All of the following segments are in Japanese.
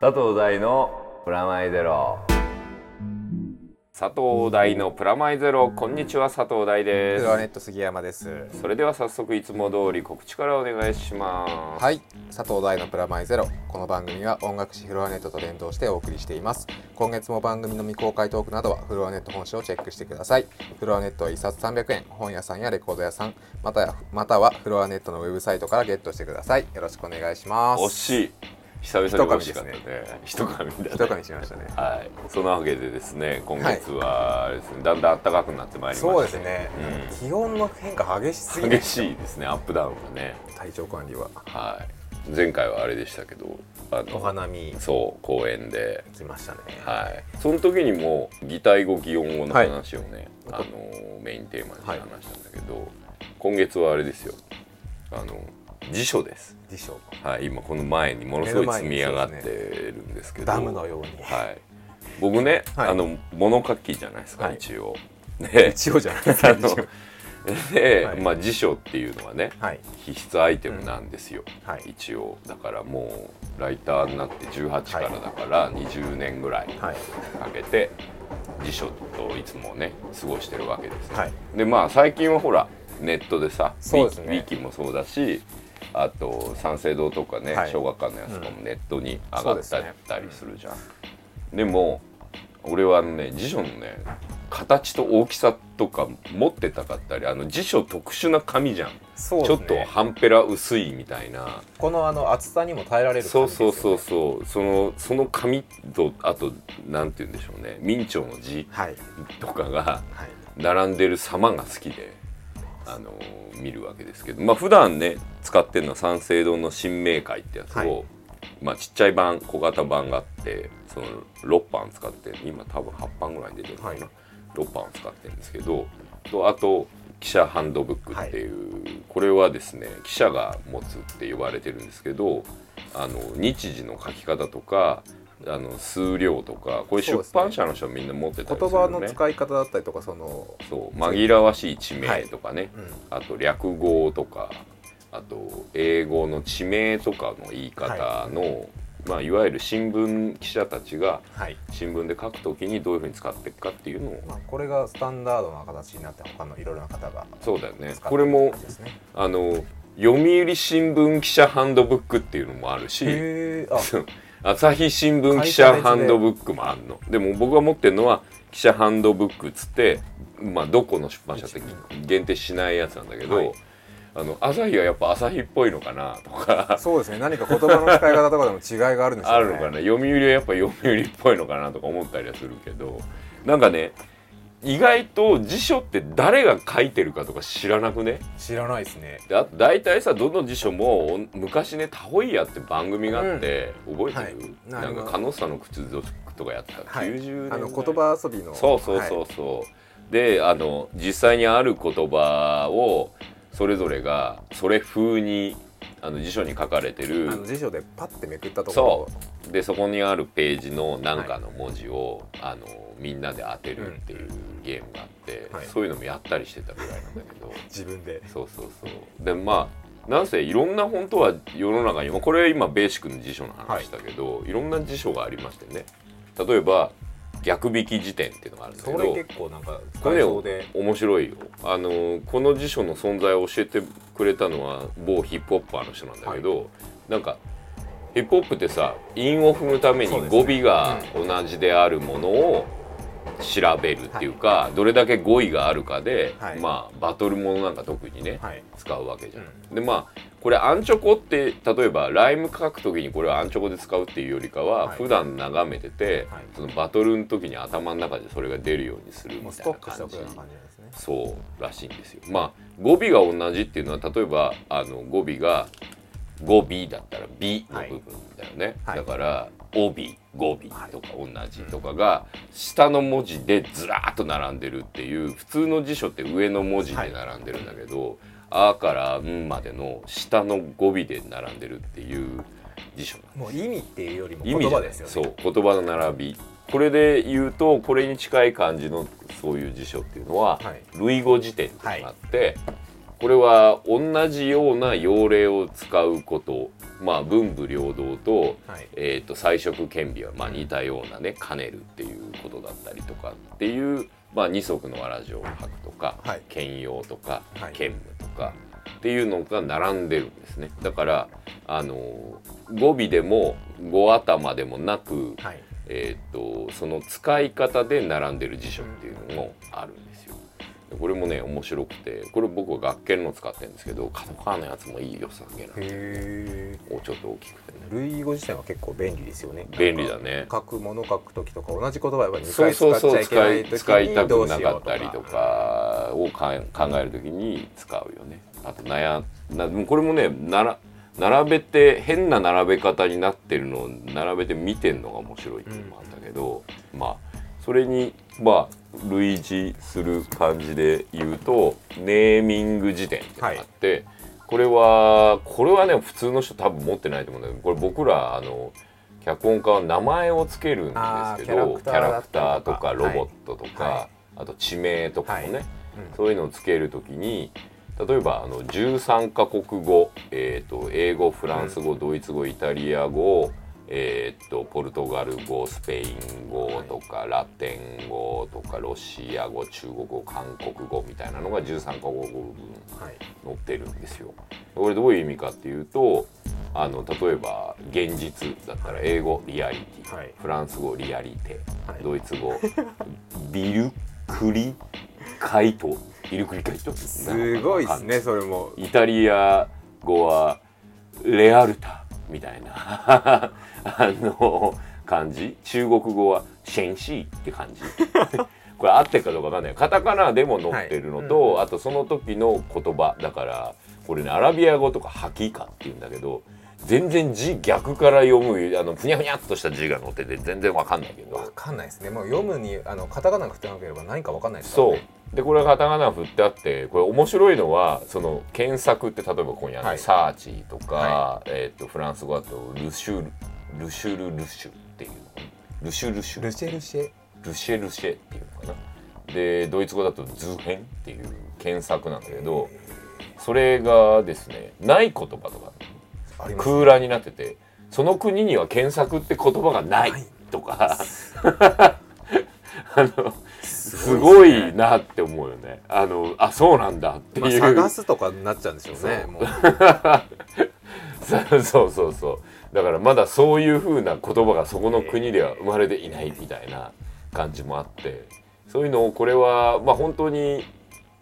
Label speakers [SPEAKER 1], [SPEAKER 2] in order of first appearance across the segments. [SPEAKER 1] 佐藤大のプラマイゼロ佐藤大のプラマイゼロこんにちは佐藤大で
[SPEAKER 2] プ
[SPEAKER 1] す
[SPEAKER 2] ラネット杉山です。
[SPEAKER 1] それでは早速いつも通り告知からお願いします
[SPEAKER 2] はい、佐藤大のプラマイゼロ。この番組は音楽誌フロアネットと連動してお送りしています。今月も番組の未公開トークなどはフロアネット本社をチェックしてください。フロアネットは一冊300円、本屋さんやレコード屋さん、またやまたはフロアネットのウェブサイトからゲットしてください。よろしくお願いします。
[SPEAKER 1] 惜しい久々に惜しかったね一髪だね
[SPEAKER 2] 一噛みしましたね。
[SPEAKER 1] はいそのわけでですね今月はあれですね、だんだん暖かくなってまいりました
[SPEAKER 2] そうですね。気温の変化激しすぎる
[SPEAKER 1] 激。しいですねアップダウンがね
[SPEAKER 2] 体調管理は。
[SPEAKER 1] はい前回はあれでしたけどあ
[SPEAKER 2] お
[SPEAKER 1] の
[SPEAKER 2] 花見
[SPEAKER 1] そう公園で
[SPEAKER 2] 来ましたね。
[SPEAKER 1] はい、その時にも擬態語擬音語の話をね、あのーメインテーマに
[SPEAKER 2] は
[SPEAKER 1] 話
[SPEAKER 2] い
[SPEAKER 1] したんだけど、今月はあれですよあの辞書です、
[SPEAKER 2] 辞書。
[SPEAKER 1] はい、今この前にものすごい積み上がって
[SPEAKER 2] 目の前
[SPEAKER 1] るんですけど
[SPEAKER 2] ダムのように。
[SPEAKER 1] はい、僕ね、
[SPEAKER 2] はい
[SPEAKER 1] あの物書きじゃないですか、
[SPEAKER 2] はい
[SPEAKER 1] 一 応。で
[SPEAKER 2] 一応じゃないです
[SPEAKER 1] あ
[SPEAKER 2] か。
[SPEAKER 1] ので、
[SPEAKER 2] はい
[SPEAKER 1] まあ、辞書っていうのはね
[SPEAKER 2] はい。
[SPEAKER 1] 必須アイテムなんですよ、
[SPEAKER 2] はい。
[SPEAKER 1] 一応だからもうライターになって18からだから20年ぐらい
[SPEAKER 2] はい。
[SPEAKER 1] かけて辞書といつもね過ごしてるわけです、ね
[SPEAKER 2] はい。
[SPEAKER 1] でまあ最近はほらネットでさ
[SPEAKER 2] そうですね
[SPEAKER 1] ウィキウィキもそうだしあと三省堂とかね、
[SPEAKER 2] はい
[SPEAKER 1] 小学館のやつとかもネットに上
[SPEAKER 2] そ
[SPEAKER 1] が
[SPEAKER 2] うで
[SPEAKER 1] っ
[SPEAKER 2] すね
[SPEAKER 1] たりするじゃん、でも俺はあのね辞書のね形と大きさとか持ってたかったりあの辞書特殊な紙じゃん、
[SPEAKER 2] そう
[SPEAKER 1] ちょっと半ペラ薄いみたいな
[SPEAKER 2] このあの厚さにも耐えられる
[SPEAKER 1] そう
[SPEAKER 2] 感じです
[SPEAKER 1] そ
[SPEAKER 2] よ
[SPEAKER 1] う
[SPEAKER 2] ね
[SPEAKER 1] そうそうそのその紙とあとなんて言うんでしょうね明朝の字
[SPEAKER 2] はい
[SPEAKER 1] とかが
[SPEAKER 2] はい
[SPEAKER 1] 並んでる様が好きで、あのー見るわけですけどまあ普段ね使ってるのは三省堂の新明会ってやつを、
[SPEAKER 2] はい
[SPEAKER 1] まあちっちゃい版小型版があってその6版使って今多分8版ぐらい出てるのかな、
[SPEAKER 2] はい
[SPEAKER 1] 6版を使ってるんですけどとあと記者ハンドブックっていう、これはですね記者が持つって呼ばれてるんですけどあの日時の書き方とかあの数量とかこれ
[SPEAKER 2] そう
[SPEAKER 1] 出
[SPEAKER 2] ですね
[SPEAKER 1] 版社の人みんな持ってたりす
[SPEAKER 2] 言
[SPEAKER 1] るよ
[SPEAKER 2] 葉
[SPEAKER 1] ね
[SPEAKER 2] の使い方だったりとかその
[SPEAKER 1] そう紛らわしい地名とかね、
[SPEAKER 2] うん
[SPEAKER 1] あと略語とかあと英語の地名とかの言い方の、いまあ、いわゆる新聞記者たちが
[SPEAKER 2] はい
[SPEAKER 1] 新聞で書くときにどういうふうに使っていくかっていうのを
[SPEAKER 2] まあこれがスタンダードな形になって他のいろいろな方が
[SPEAKER 1] そうだよね
[SPEAKER 2] 使ってる
[SPEAKER 1] これも
[SPEAKER 2] 感じですね
[SPEAKER 1] あの読売新聞記者ハンドブックっていうのもあるし
[SPEAKER 2] へえ あ
[SPEAKER 1] 朝日新聞記者ハンドブックもあるのでも僕が持ってるのは記者ハンドブックっつって、まあ、どこの出版社って限定しないやつなんだけど、
[SPEAKER 2] はい
[SPEAKER 1] あの朝日はやっぱ朝日っぽいのかなとか
[SPEAKER 2] そうですね何か言葉の使い方とかでも違いがあるんです
[SPEAKER 1] あ
[SPEAKER 2] よね
[SPEAKER 1] るのかな読売はやっぱ読売っぽいのかなとか思ったりはするけどなんかね意外と辞書って誰が書いてるかとか知らなくね
[SPEAKER 2] 知らないですね
[SPEAKER 1] であと大体さどの辞書もお昔ね「タホイヤ」って番組があって、覚えてる、
[SPEAKER 2] はい
[SPEAKER 1] なんか
[SPEAKER 2] あの
[SPEAKER 1] カノッサの靴底とかやってた、
[SPEAKER 2] はい
[SPEAKER 1] 90年
[SPEAKER 2] あの
[SPEAKER 1] 代
[SPEAKER 2] 言葉遊びの
[SPEAKER 1] そうそうそう
[SPEAKER 2] は
[SPEAKER 1] そう、であの実際にある言葉をそれぞれがそれ風にあの辞書に書かれて
[SPEAKER 2] いあの
[SPEAKER 1] る
[SPEAKER 2] 辞書でパッてめくったと
[SPEAKER 1] そ
[SPEAKER 2] こ
[SPEAKER 1] うでそこにあるページの何かの文字を、あのみんなで当てるっていうゲームがあって、
[SPEAKER 2] はい
[SPEAKER 1] そういうのもやったりしてたぐらいなんだけど。
[SPEAKER 2] ろ自分で
[SPEAKER 1] そうそうそうでまあなんせいろんな本当は世の中にまあこれは今ベーシックの辞書の話だけど、い、ろんな辞書がありましてね例えば逆引き辞典っていうのがあるんだけ
[SPEAKER 2] そ
[SPEAKER 1] ど
[SPEAKER 2] れ結構なんか
[SPEAKER 1] こ
[SPEAKER 2] 使
[SPEAKER 1] れ
[SPEAKER 2] い
[SPEAKER 1] ね
[SPEAKER 2] そうで
[SPEAKER 1] 面白いよあのこの辞書の存在を教えてくれたのは某ヒップホッパーの人なんだけど、なんかヒップホップってさ韻を踏むために
[SPEAKER 2] そうです
[SPEAKER 1] 語
[SPEAKER 2] ね
[SPEAKER 1] 尾が同じであるものを調べるっていうか、どれだけ語彙があるかで、
[SPEAKER 2] はい
[SPEAKER 1] まあバトルものなんか特にね、
[SPEAKER 2] はい
[SPEAKER 1] 使うわけじゃん、でまあこれアンチョコって例えばライム書く時にこれはアンチョコで使うっていうよりかは、
[SPEAKER 2] はい
[SPEAKER 1] 普段眺めてて、
[SPEAKER 2] はい
[SPEAKER 1] そのバトルの時に頭の中でそれが出るようにする
[SPEAKER 2] も
[SPEAKER 1] み
[SPEAKER 2] うス
[SPEAKER 1] たい
[SPEAKER 2] ト
[SPEAKER 1] な
[SPEAKER 2] ックしてお
[SPEAKER 1] 感
[SPEAKER 2] く
[SPEAKER 1] じ
[SPEAKER 2] ような感じなんですね
[SPEAKER 1] そうらしいんですよまあ語尾が同じっていうのは例えばあの語尾が語尾だったら「尾」の部分だよね、
[SPEAKER 2] はい
[SPEAKER 1] だから「帯」「語尾」とか同じとかが下の文字でずらーっと並んでるっていう普通の辞書って上の文字で並んでるんだけど「あ」から「ん」までの下の語尾で並んでるっていう辞書なんです
[SPEAKER 2] もう意味っていうよりも
[SPEAKER 1] 意
[SPEAKER 2] 言
[SPEAKER 1] 味じゃ
[SPEAKER 2] 葉
[SPEAKER 1] ない
[SPEAKER 2] ですよね
[SPEAKER 1] そう言葉の並びこれで言うとこれに近い感じのそういう辞書っていうのは、
[SPEAKER 2] はい
[SPEAKER 1] 類語辞典っていうのがあって、これは同じような用例を使うことまあ文武両道と,、
[SPEAKER 2] はい
[SPEAKER 1] えー、と彩色顕微はまあ似たようなね兼ねるっていうことだったりとかっていう、まあ、二足のわらじを履くとか、
[SPEAKER 2] はい
[SPEAKER 1] 兼用とか
[SPEAKER 2] はい
[SPEAKER 1] 兼務とかっていうのが並んでるんですねだからあの語尾でも語頭でもなく、
[SPEAKER 2] はい
[SPEAKER 1] えーっとその使い方で並んでる辞書っていうのもあるんですよ。でこれもね面白くてこれ僕は学研の使ってるんですけどカタカナのやつもいい良さげな
[SPEAKER 2] へえ
[SPEAKER 1] もうちょっと大きくてね
[SPEAKER 2] 類義語自体は結構便利ですよね
[SPEAKER 1] 便利だね
[SPEAKER 2] 書くもの書く時とか同じ言葉はやっぱり2
[SPEAKER 1] そう
[SPEAKER 2] 回使
[SPEAKER 1] そ
[SPEAKER 2] っ
[SPEAKER 1] うそう
[SPEAKER 2] ちゃいけな
[SPEAKER 1] 使
[SPEAKER 2] い
[SPEAKER 1] い
[SPEAKER 2] 時
[SPEAKER 1] 使いた
[SPEAKER 2] にど
[SPEAKER 1] く
[SPEAKER 2] うし
[SPEAKER 1] な
[SPEAKER 2] よ
[SPEAKER 1] かっ
[SPEAKER 2] うとか
[SPEAKER 1] たりとかをかん考える時に使うよねあと悩なでもこれもねなら並べて変な並べ方になってるのを並べて見てんのが面白いっていうのもあったけど、まあそれにまあ類似する感じで言うとネーミング辞典ってのがあって、これはこれはね普通の人多分持ってないと思うんだけどこれ僕らあの脚本家は名前をつけるんですけど
[SPEAKER 2] あー
[SPEAKER 1] キ
[SPEAKER 2] キ
[SPEAKER 1] ャ
[SPEAKER 2] ャ
[SPEAKER 1] ラ
[SPEAKER 2] ラ
[SPEAKER 1] ク
[SPEAKER 2] ク
[SPEAKER 1] タ
[SPEAKER 2] タ
[SPEAKER 1] ー
[SPEAKER 2] ー
[SPEAKER 1] と
[SPEAKER 2] と
[SPEAKER 1] か
[SPEAKER 2] か
[SPEAKER 1] ロボットとか、
[SPEAKER 2] は
[SPEAKER 1] あと地名とかもね、
[SPEAKER 2] はいうん
[SPEAKER 1] そういうのをつけるときに例えばあの13カ国語、えー、と英語フランス語、ドイツ語イタリア語、えー、とポルトガル語スペイン語とか、ラテン語とかロシア語中国語韓国語みたいなのが13カ国語分
[SPEAKER 2] はい
[SPEAKER 1] 載ってるんですよ。これどういう意味かっていうとあの例えば現実だったら英語リアリティ、
[SPEAKER 2] はい
[SPEAKER 1] フランス語リアリテ
[SPEAKER 2] はい
[SPEAKER 1] ドイツ語ビルクリカイトビルクリカイト
[SPEAKER 2] すご
[SPEAKER 1] なん
[SPEAKER 2] いです
[SPEAKER 1] かわかんな
[SPEAKER 2] ねそれも
[SPEAKER 1] イタリア語はレアルタみたいな あの感じ中国語はシェンシーって感じこれ合ってるかどうかわかんないカタカナでも載ってるのと、あとその時の言葉だからこれねアラビア語とかハキカっていうんだけど全然字逆から読むあのふにゃふにゃっとした字が載ってて全然わかんないけど
[SPEAKER 2] わかんないですねもう読むにあのカタカナが振ってなければ何かわかんないですから
[SPEAKER 1] そ
[SPEAKER 2] ね
[SPEAKER 1] うでこれがカタカナ振ってあってこれ面白いのはその検索って例えば今夜の、
[SPEAKER 2] はい
[SPEAKER 1] サーチとか、
[SPEAKER 2] は
[SPEAKER 1] えー、とフランス語だとルシュルルシュルルシュっていうのかなルシュルシュ
[SPEAKER 2] ルシェルシェ
[SPEAKER 1] ルシェルシェっていうのかなでドイツ語だと図編っていう検索なんだけどそれがですねない言葉とか
[SPEAKER 2] あります
[SPEAKER 1] 空欄になっててその国には検索って言葉がない
[SPEAKER 2] ない
[SPEAKER 1] とか あのす
[SPEAKER 2] っ
[SPEAKER 1] ごいなって思うよね。あのあそうなんだって
[SPEAKER 2] すね
[SPEAKER 1] いう。
[SPEAKER 2] まあ、探すとかになっちゃうんでしょうね
[SPEAKER 1] そう
[SPEAKER 2] もう
[SPEAKER 1] そう そうそうそう。だからまだそういう風な言葉がそこの国では生まれていないみたいな感じもあって、そういうのをこれはまあ本当に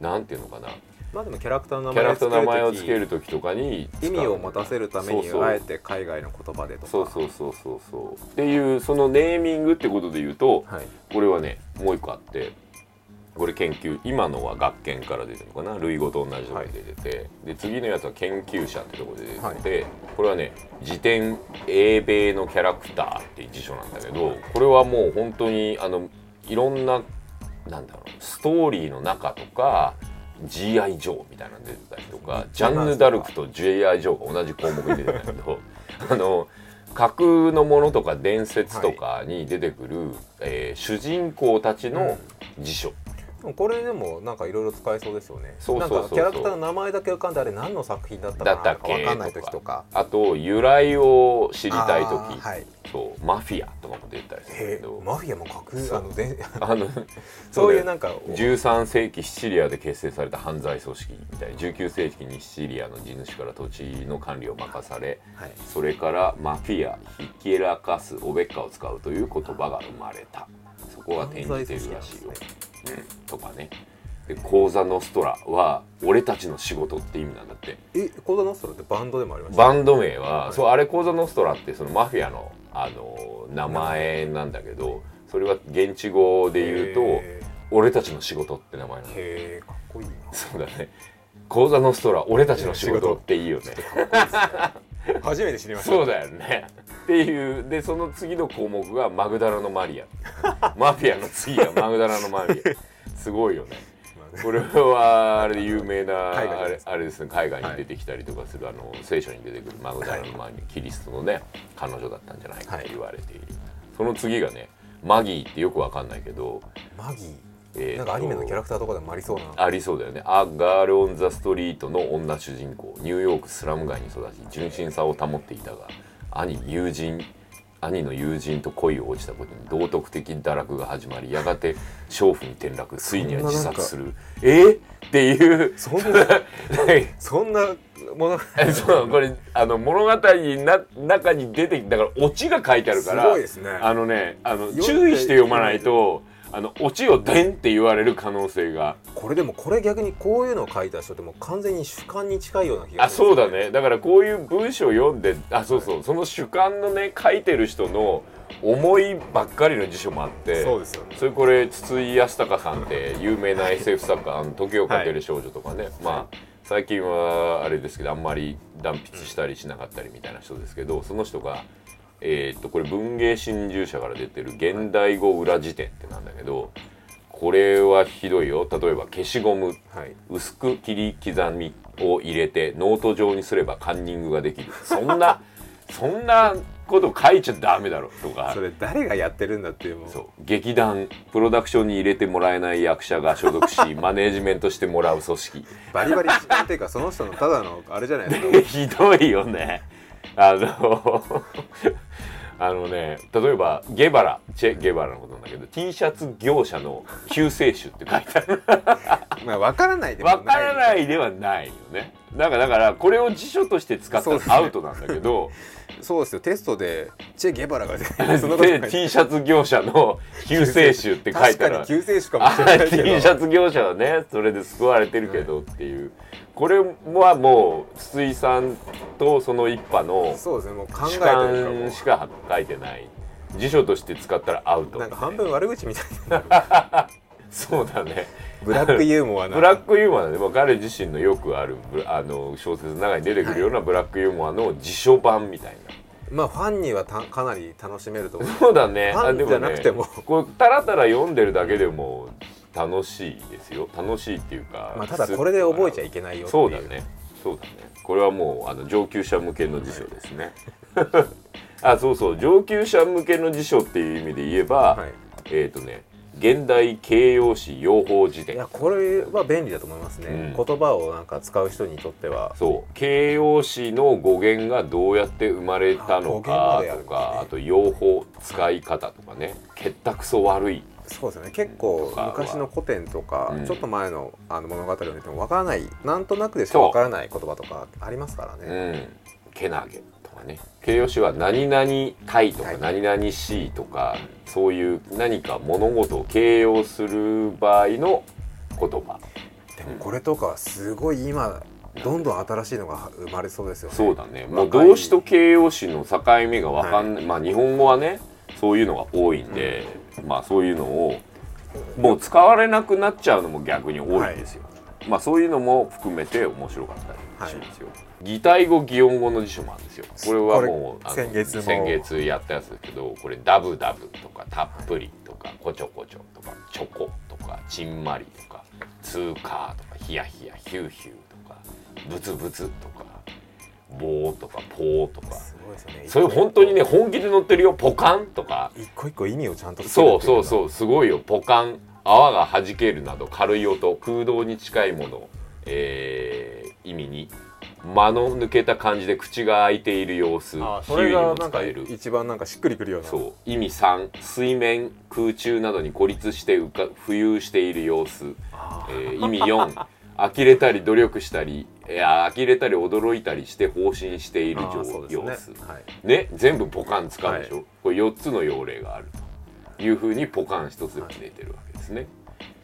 [SPEAKER 1] なんていうのかな。
[SPEAKER 2] まあでもキャラクターの
[SPEAKER 1] キャラクターの名前
[SPEAKER 2] 名
[SPEAKER 1] を
[SPEAKER 2] 前
[SPEAKER 1] つ
[SPEAKER 2] を
[SPEAKER 1] け
[SPEAKER 2] け
[SPEAKER 1] る時とかに使
[SPEAKER 2] 意
[SPEAKER 1] う
[SPEAKER 2] 味を持たせるため
[SPEAKER 1] そ
[SPEAKER 2] に
[SPEAKER 1] うそう
[SPEAKER 2] あえて海外の言葉でとか
[SPEAKER 1] そうそうそうそうそうっていうそのネーミングってことで言うと
[SPEAKER 2] はい
[SPEAKER 1] これはねもう一個あってこれ研究今のは学研から出てるのかな類語と同じところで出てて、で次のやつは研究者ってところで出てて、これはね辞典英米のキャラクターっていう辞書なんだけどこれはもう本当にあのいろんななんだろうストーリーの中とか G.I. ジョーみたいなの出てたりとかジャンヌ・ダルクと G.I. ジョーが同じ項目に出てたけ どあの架空のものとか伝説とかに出てくる、えー主人公たちの辞書、
[SPEAKER 2] でもこれでもなんかいろいろ使えそうですよね
[SPEAKER 1] そうそうそうそう
[SPEAKER 2] なんかキャラクターの名前だけ浮かんであれ何の作品だったか
[SPEAKER 1] だ
[SPEAKER 2] な
[SPEAKER 1] ったっ
[SPEAKER 2] とか
[SPEAKER 1] け
[SPEAKER 2] わかんない時とか
[SPEAKER 1] あと由来を知りたい時
[SPEAKER 2] あーはい
[SPEAKER 1] とマフィアとかも出てたりするんだけ
[SPEAKER 2] へえ
[SPEAKER 1] ど、
[SPEAKER 2] マフィアも架
[SPEAKER 1] そう
[SPEAKER 2] 空あので
[SPEAKER 1] あの
[SPEAKER 2] そういう
[SPEAKER 1] だよ
[SPEAKER 2] なんか
[SPEAKER 1] 13世紀シチリアで結成された犯罪組織みたいな19世紀にシチリアの地主から土地の管理を任され
[SPEAKER 2] はい
[SPEAKER 1] それからマフィアひけらかすおべっかを使うという言葉が生まれたそこが転じてるらしいよ、うん、とかねで「講座ノストラ」は「俺たちの仕事」って意味なんだって
[SPEAKER 2] えコードノストラってバンドでもありました
[SPEAKER 1] バンド名は、
[SPEAKER 2] はい
[SPEAKER 1] そうあれ講座ノストラってそのマフィアのあの名前なんだけどそれは現地語で言うと
[SPEAKER 2] へ
[SPEAKER 1] 「俺たちの仕事」って名前なんだって
[SPEAKER 2] えかっこいいな
[SPEAKER 1] そうだね。講座のストラ、俺たちの仕事っていいよね。
[SPEAKER 2] 初めて知りました
[SPEAKER 1] そうだよね。っていう、で、その次の項目がマグダラのマ リア。マフィアの次がマグダラのマリア。すごいよね。これはあれで有名なあ
[SPEAKER 2] 海外じゃない
[SPEAKER 1] れ
[SPEAKER 2] です
[SPEAKER 1] あれですね海外に出てきたりとかする、あの聖書に出てくるマグダラの前にキリストのね彼女だったんじゃないかと言われている、その次がねマギーってよくわかんないけど
[SPEAKER 2] マギー
[SPEAKER 1] えー
[SPEAKER 2] な
[SPEAKER 1] と
[SPEAKER 2] んかアニメのキャラクターとかでもありそうな
[SPEAKER 1] ありそうだよね「あガール・オン・ザ・ストリート」の女主人公ニューヨークスラム街に育ち純真さを保っていたが兄友人兄の友人と恋を落ちたことに道徳的堕落が始まりやがて娼婦に転落ついには自殺するえーっていう
[SPEAKER 2] そんな
[SPEAKER 1] はい
[SPEAKER 2] そんなも の
[SPEAKER 1] えそうこれあの物語の中に出てきたからオチが書いてあるから
[SPEAKER 2] すごいですね
[SPEAKER 1] あのねあの
[SPEAKER 2] んで
[SPEAKER 1] 注意して読まないとあのオチを「でん」って言われる可能性が。
[SPEAKER 2] これでもこれ逆にこういうのを書いた人ってもう完全に主観に近いような気が
[SPEAKER 1] あ
[SPEAKER 2] する
[SPEAKER 1] そうだねだからこういう文章を読んであそうそうその主観のね書いてる人の思いばっかりの辞書もあって
[SPEAKER 2] そうですよね
[SPEAKER 1] それこれ筒井康隆さんって有名な SF 作家「あの時をかける少女」とかね、まあ最近はあれですけどあんまり断筆したりしなかったりみたいな人ですけどその人が、えーっとこれ文芸新獣社から出てる「現代語裏辞典」ってなんだけどこれはひどいよ例えば消しゴム
[SPEAKER 2] はい
[SPEAKER 1] 薄く切り刻みを入れてノート状にすればカンニングができるそん なそんなこと書いちゃダメだろとか
[SPEAKER 2] それ誰がやってるんだっていうもう
[SPEAKER 1] そう劇団プロダクションに入れてもらえない役者が所属し マネージメントしてもらう組織
[SPEAKER 2] バリバリ主観っていうかその人のただのあれじゃないですか
[SPEAKER 1] ひどいよねあの あのね例えばゲバラチェ・ゲバラのことなんだけど T シャツ業者の救世主って書いてあ る
[SPEAKER 2] まあ分からないでもない
[SPEAKER 1] わからないではないよねなんかだからこれを辞書として使った
[SPEAKER 2] そう
[SPEAKER 1] ら
[SPEAKER 2] ですね
[SPEAKER 1] アウトなんだけど、
[SPEAKER 2] そうですよテストでチェ・ゲバラが出てそのこと
[SPEAKER 1] で T シャツ業者の救世主って書い
[SPEAKER 2] 確
[SPEAKER 1] た
[SPEAKER 2] からに救世主かも
[SPEAKER 1] あ
[SPEAKER 2] しれない
[SPEAKER 1] T シ
[SPEAKER 2] けど
[SPEAKER 1] ャツ業者はねそれで救われてるけどっていうこれはもう筒井さんとその一派の
[SPEAKER 2] そうですねもう考え
[SPEAKER 1] 主
[SPEAKER 2] てる
[SPEAKER 1] 観し
[SPEAKER 2] か
[SPEAKER 1] か書いてない辞書として使ったらアウ
[SPEAKER 2] ら
[SPEAKER 1] ト
[SPEAKER 2] なんか半分悪口みたいな
[SPEAKER 1] そうだね
[SPEAKER 2] ブラックユーモア な
[SPEAKER 1] ブラックユーモアでも彼自身のよくあるブラあの小説の中に出てくるようなブラックユーモアの辞書版みたいな。
[SPEAKER 2] まあファンにはたかなり楽しめると思う
[SPEAKER 1] そうだね。
[SPEAKER 2] ファン
[SPEAKER 1] あで
[SPEAKER 2] じゃなくても
[SPEAKER 1] ね、こうタラタラ読んでるだけでも楽しいですよ。楽しいっていうか。
[SPEAKER 2] まあただこれで覚えちゃ
[SPEAKER 1] い
[SPEAKER 2] いけないよってい
[SPEAKER 1] そうだね。そうだね。これはもうあの上級者向けの辞書ですね。 あ、そうそう。上級者向けの辞書っていう意味で言えば、
[SPEAKER 2] はい
[SPEAKER 1] えっ、とね、現代形容詞用法辞
[SPEAKER 2] い
[SPEAKER 1] 典
[SPEAKER 2] や。これは便利だと思いますね、
[SPEAKER 1] うん
[SPEAKER 2] 言葉をなんか使う人にとっては
[SPEAKER 1] そう形容詞の語源がどうやって生まれたの
[SPEAKER 2] あ語源ま
[SPEAKER 1] か
[SPEAKER 2] である
[SPEAKER 1] と
[SPEAKER 2] んだね
[SPEAKER 1] かあ,、と用法使い方とかね「けったくそ悪い
[SPEAKER 2] そうですよね結構
[SPEAKER 1] とかは
[SPEAKER 2] 昔の古典とか、
[SPEAKER 1] うん
[SPEAKER 2] ちょっと前のあの物語を見てもわからないなんとなくでしかわからない言葉とかありますから」
[SPEAKER 1] う
[SPEAKER 2] ね、
[SPEAKER 1] ん「けなげ」とかね形容詞は「何々たい」とか「
[SPEAKER 2] はい
[SPEAKER 1] 何々しい」とかそういう何か物事を形容する場合の言葉
[SPEAKER 2] でもこれとかはすごい今どんどん新しいのが生まれそうですよね
[SPEAKER 1] そうだねもう
[SPEAKER 2] 若い
[SPEAKER 1] 動詞と形容詞の境目がわかんない、まあ日本語はねそういうのが多いんで、まあそういうのをもう使われなくなっちゃうのも逆に多いんですよ、まあそういうのも含めて面白かったりしますよ、擬態語擬音語の辞書もあるんですよこれはもう
[SPEAKER 2] これ
[SPEAKER 1] あの
[SPEAKER 2] 先月も
[SPEAKER 1] 先月やったやつですけどこれダブダブとかたっぷりとかこちょこちょとかちょことかちんまりとか通過とかヒヤヒヤヒューヒューとかブツブツとか棒とかポーとか
[SPEAKER 2] すごいですよね
[SPEAKER 1] それ本当にね本気で載ってるよポカンとか
[SPEAKER 2] 一個一個意味をちゃんとつける
[SPEAKER 1] そう
[SPEAKER 2] っていの
[SPEAKER 1] そうそ
[SPEAKER 2] が
[SPEAKER 1] うすごいよポカン泡が弾けるなど軽い音空洞に近いもの、えー意味に間の抜けた感じで口が開いている様子比
[SPEAKER 2] あ
[SPEAKER 1] 喩
[SPEAKER 2] それ
[SPEAKER 1] に
[SPEAKER 2] が
[SPEAKER 1] も
[SPEAKER 2] なんか
[SPEAKER 1] 使える
[SPEAKER 2] 一番なんかしっくりくるような
[SPEAKER 1] そう意味3水面空中などに孤立して浮か浮遊している様子、
[SPEAKER 2] あ
[SPEAKER 1] えー意味4 呆れたり努力したりいや呆れたり驚いたりして放心している
[SPEAKER 2] あ
[SPEAKER 1] 状
[SPEAKER 2] ーそうですね
[SPEAKER 1] 様子
[SPEAKER 2] はい
[SPEAKER 1] ね、全部ポカン使うでしょ、これ4つの用例があるというふうにポカン1つでも出てるわけですね。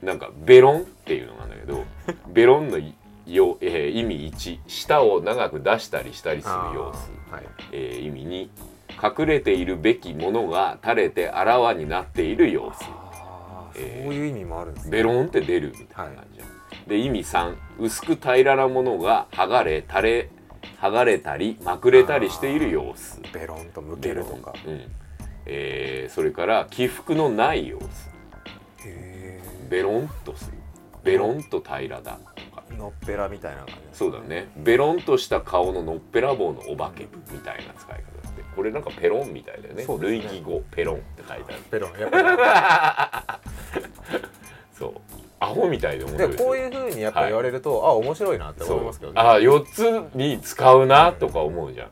[SPEAKER 1] なんかベロンっていうのがあるんだけ どベロンのよ、えー意味1舌を長く出したりしたりする様子、
[SPEAKER 2] あーはい
[SPEAKER 1] えー意味2隠れているべきものが垂れてあらわになっている様子
[SPEAKER 2] あー
[SPEAKER 1] えー
[SPEAKER 2] そういう意味もあるんですね
[SPEAKER 1] ベロンって出るみたいな感じじゃん、で意味3薄く平らなものが剥がれ垂れ剥がれたりまくれたりしている様子
[SPEAKER 2] ベロンと向けるとか
[SPEAKER 1] うんえーそれから起伏のない様子
[SPEAKER 2] へ
[SPEAKER 1] ベロンとするベロンと平らだとか
[SPEAKER 2] えのっぺらみたいな感じ
[SPEAKER 1] そうだねベロンとした顔ののっぺらぼうのお化けみたいな使い方ってこれなんかペロンみたいだよね
[SPEAKER 2] そうですね
[SPEAKER 1] 類義語ペロンって書いてある
[SPEAKER 2] ベロンやっぱり
[SPEAKER 1] そそうアホみたいで面白
[SPEAKER 2] で
[SPEAKER 1] いですよ
[SPEAKER 2] こういうふうにやっぱ言われると、あ面白いなって思いますけどね
[SPEAKER 1] ああ4つに使うなとか思うじゃん、